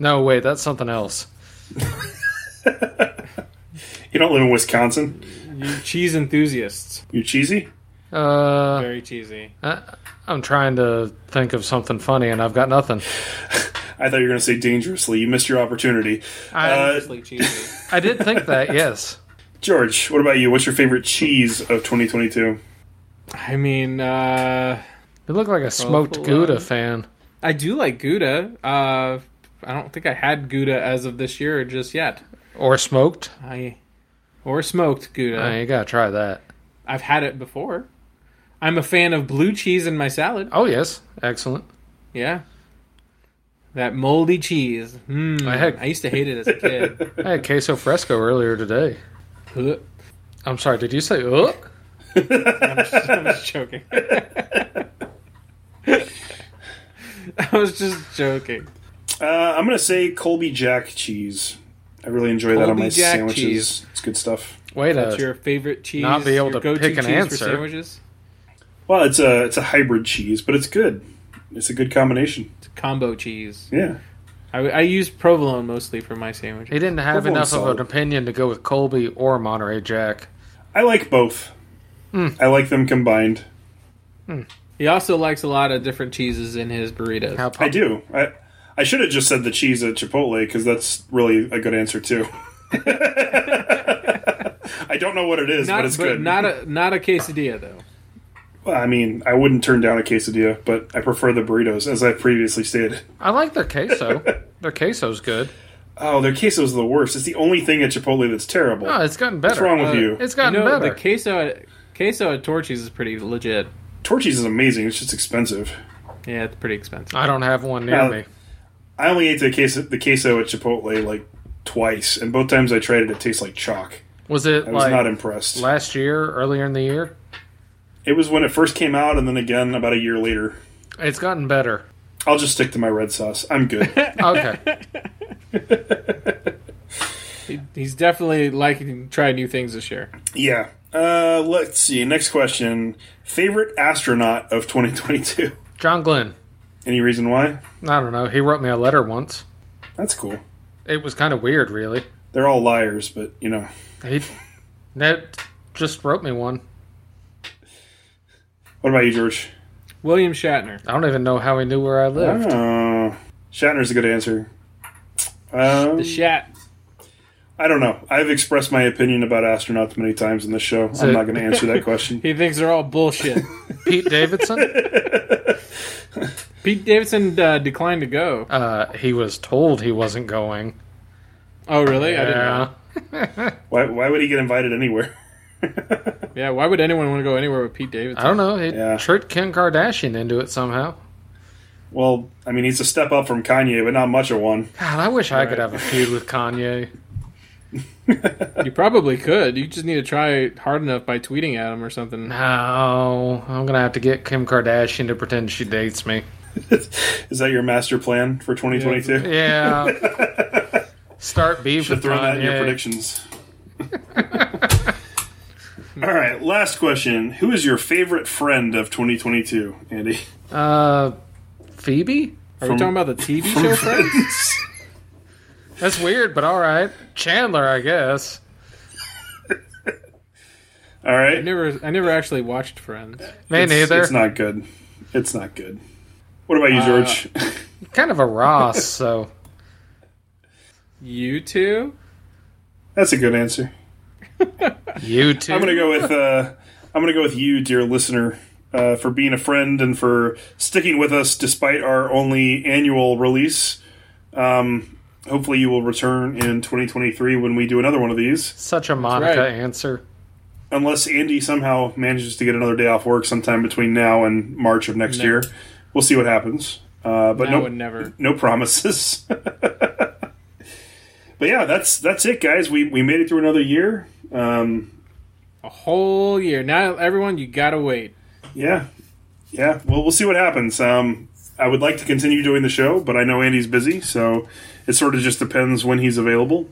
S2: No, wait, that's something else.
S1: You don't live in Wisconsin.
S3: Cheese enthusiasts.
S1: You cheesy?
S2: Uh,
S3: Very cheesy.
S2: I'm trying to think of something funny, and I've got nothing.
S1: I thought you were going to say dangerously. You missed your opportunity. Uh,
S3: Seriously cheesy.
S2: I did think that, yes.
S1: George, what about you? What's your favorite cheese of 2022?
S3: I mean, uh,
S2: You look like a smoked
S3: Provolone.
S2: Gouda fan.
S3: I do like Gouda. Uh, I don't think I had Gouda as of this year just yet.
S2: Or smoked.
S3: I or smoked Gouda.
S2: Uh, you gotta try that.
S3: I've had it before. I'm a fan of blue cheese in my salad.
S2: Oh, yes. Excellent.
S3: Yeah, that moldy cheese. Mm,
S2: I had-
S3: I used to hate it as a kid.
S2: I had queso fresco earlier today.
S3: Ugh.
S2: I'm sorry, did you say ugh?
S1: Uh,
S3: I was joking. I was just joking.
S1: Uh, I'm going to say Colby Jack cheese. I really enjoy that on
S3: Colby
S1: my
S3: Jack
S1: sandwiches.
S3: cheese.
S1: It's good stuff.
S2: Wait
S3: That's
S2: a
S3: your favorite cheese.
S2: not be able
S3: your
S2: to
S3: go-to
S2: pick an
S3: cheese
S2: answer.
S3: for sandwiches.
S1: Well, it's a it's a hybrid cheese, but it's good. It's a good combination.
S3: It's combo cheese.
S1: Yeah.
S3: I, I use provolone mostly for my sandwich.
S2: He didn't have
S1: Provolone
S2: enough of
S1: solid.
S2: an opinion to go with Colby or Monterey Jack.
S1: I like both.
S3: Hmm.
S1: I like them combined.
S3: He also likes a lot of different cheeses in his burritos.
S2: How
S1: I
S2: pop-
S1: do. I I should have just said the cheese at Chipotle because that's really a good answer too. I don't know what it is,
S3: not,
S1: but it's good.
S3: not a not a quesadilla though.
S1: Well, I mean, I wouldn't turn down a quesadilla, but I prefer the burritos, as I previously stated.
S2: I like their queso. their queso's good.
S1: Oh, their queso's the worst. It's the only thing at Chipotle that's terrible.
S2: Oh, it's gotten better.
S1: What's wrong with you?
S2: It's gotten
S3: no,
S2: better.
S3: the queso at, queso at Torchy's is pretty legit.
S1: Torchy's is amazing. It's just expensive.
S3: Yeah, it's pretty expensive.
S2: I don't have one near
S1: Uh,
S2: me.
S1: I only ate the queso, the queso at Chipotle like twice, and both times I tried it, it tastes like chalk.
S2: Was it
S1: I was
S2: like
S1: not impressed.
S2: last year, earlier in the year?
S1: It was when it first came out, and then again about a year later.
S2: It's gotten better.
S1: I'll just stick to my red sauce. I'm good.
S2: Okay.
S3: He's definitely liking to try new things this year.
S1: yeah. Uh, let's see. Next question. Favorite astronaut of 2022?
S2: John Glenn.
S1: Any reason why?
S2: I don't know. He wrote me a letter once.
S1: That's cool.
S2: It was kind of weird, really.
S1: They're all liars, but you know.
S2: He Ned just wrote me one.
S1: What about you, George?
S3: William Shatner.
S2: I don't even know how he knew where I lived.
S1: Uh, Shatner's a good answer. Um,
S3: The Shat.
S1: I don't know. I've expressed my opinion about astronauts many times in this show. I'm not going to answer that question.
S3: He thinks they're all bullshit.
S2: Pete Davidson?
S3: Pete Davidson uh, declined to go.
S2: Uh, he was told he wasn't going.
S3: Oh, really? I didn't know.
S2: Yeah.
S1: Why, why would he get invited anywhere?
S3: Yeah, why would anyone want to go anywhere with Pete Davidson?
S2: I don't know. He
S1: Yeah.
S2: tricked Kim Kardashian into it somehow.
S1: Well, I mean, he's a step up from Kanye, but not much of one.
S2: God, I wish I could have a feud with Kanye.
S3: You probably could. You just need to try hard enough by tweeting at him or something.
S2: No, I'm gonna have to get Kim Kardashian to pretend she dates me.
S1: Is that your master plan for 2022?
S2: Yeah. Start beef
S1: Should
S2: with
S1: have thrown that in your
S2: Kanye.
S1: predictions. All right, last question. Who is your favorite friend of 2022, Andy?
S2: Uh, Phoebe?
S3: Are we talking about the TV show Friends?
S2: That's weird, but all right. Chandler, I guess.
S1: All
S3: I
S1: right.
S3: never, I never actually watched Friends.
S2: Me
S1: It's-
S2: neither.
S1: It's not good. It's not good. What about you, George?
S2: Kind of a Ross, so
S3: You two?
S1: That's a good answer.
S2: you too.
S1: I'm gonna go with uh, I'm gonna go with you, dear listener, uh, for being a friend and for sticking with us despite our only annual release. Um, hopefully, you will return in 2023 when we do another one of these,
S2: Such a Monica
S3: right.
S2: answer.
S1: unless Andy somehow manages to get another day off work sometime between now and March of next year. We'll see what happens. Uh, but
S3: I
S1: no,
S3: would never.
S1: no promises. but yeah, that's that's it, guys. We we made it through another year. Um,
S3: A whole year. Now, everyone, you gotta wait.
S1: Yeah, yeah. Well, we'll see what happens. Um, I would like to continue doing the show, but I know Andy's busy, so it sort of just depends when he's available.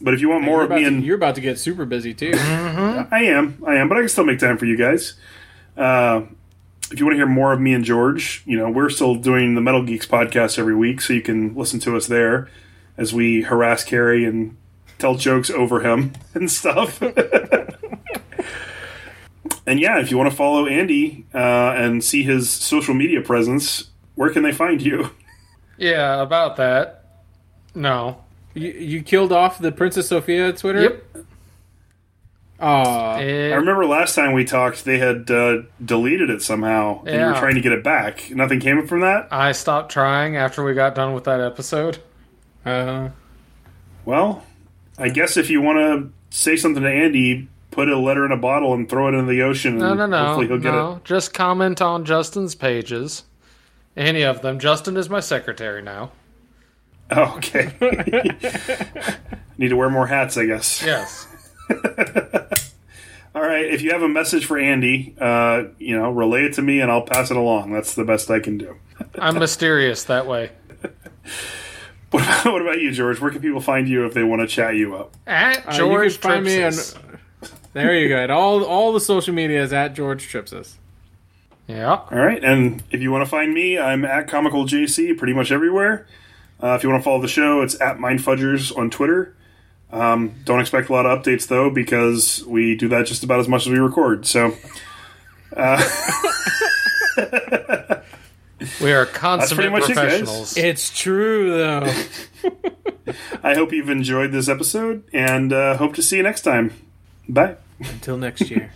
S1: But if you want more
S3: You're
S1: of
S3: about,
S1: me,
S3: to,
S1: and
S3: you're about to get super busy too.
S1: I am, I am, but I can still make time for you guys. Uh, if you want to hear more of me and George, you know we're still doing the Metal Geeks podcast every week, so you can listen to us there as we harass Carrie and tell jokes over him and stuff. and yeah, if you want to follow Andy uh, and see his social media presence, where can they find you?
S2: Yeah, about that. No.
S3: you, you killed off the Princess Sophia Twitter.
S2: Yep.
S3: Aw.
S1: I
S2: Eh,
S1: remember last time we talked, they had uh, deleted it somehow, and you were
S2: Yeah.
S1: trying to get it back. Nothing came from that.
S2: I stopped trying after we got done with that episode.
S3: Uh,
S1: Well, I guess if you want to say something to Andy, put a letter in a bottle and throw it into the ocean.
S2: No,
S1: and
S2: no, no.
S1: Hopefully, he'll get
S2: no. Just comment on Justin's pages. Any of them. Justin is my secretary now.
S1: it. Oh, okay. Need to wear more hats, I guess.
S2: Yes.
S1: All right. If you have a message for Andy, uh, you know, relay it to me and I'll pass it along. That's the best I can do.
S2: I'm mysterious that way.
S1: What about, what about you, George? Where can people find you if they want to chat Uh, you up?
S2: At
S3: you can
S2: George
S3: find me
S2: Tripsis.
S3: there you go. At all, all the social media is at George Tripsis.
S2: Yeah.
S1: All right. And if you want to find me, I'm at Comical JC pretty much everywhere. Uh, if you want to follow the show, it's at Mindfudgers on Twitter. Don't expect a lot of updates though, because we do that just about as much as we record. So
S2: We are consummate
S1: much it, guys.
S2: professionals.
S3: It's true though.
S1: I hope you've enjoyed this episode, and uh, hope to see you next time. Bye.
S3: Until next year.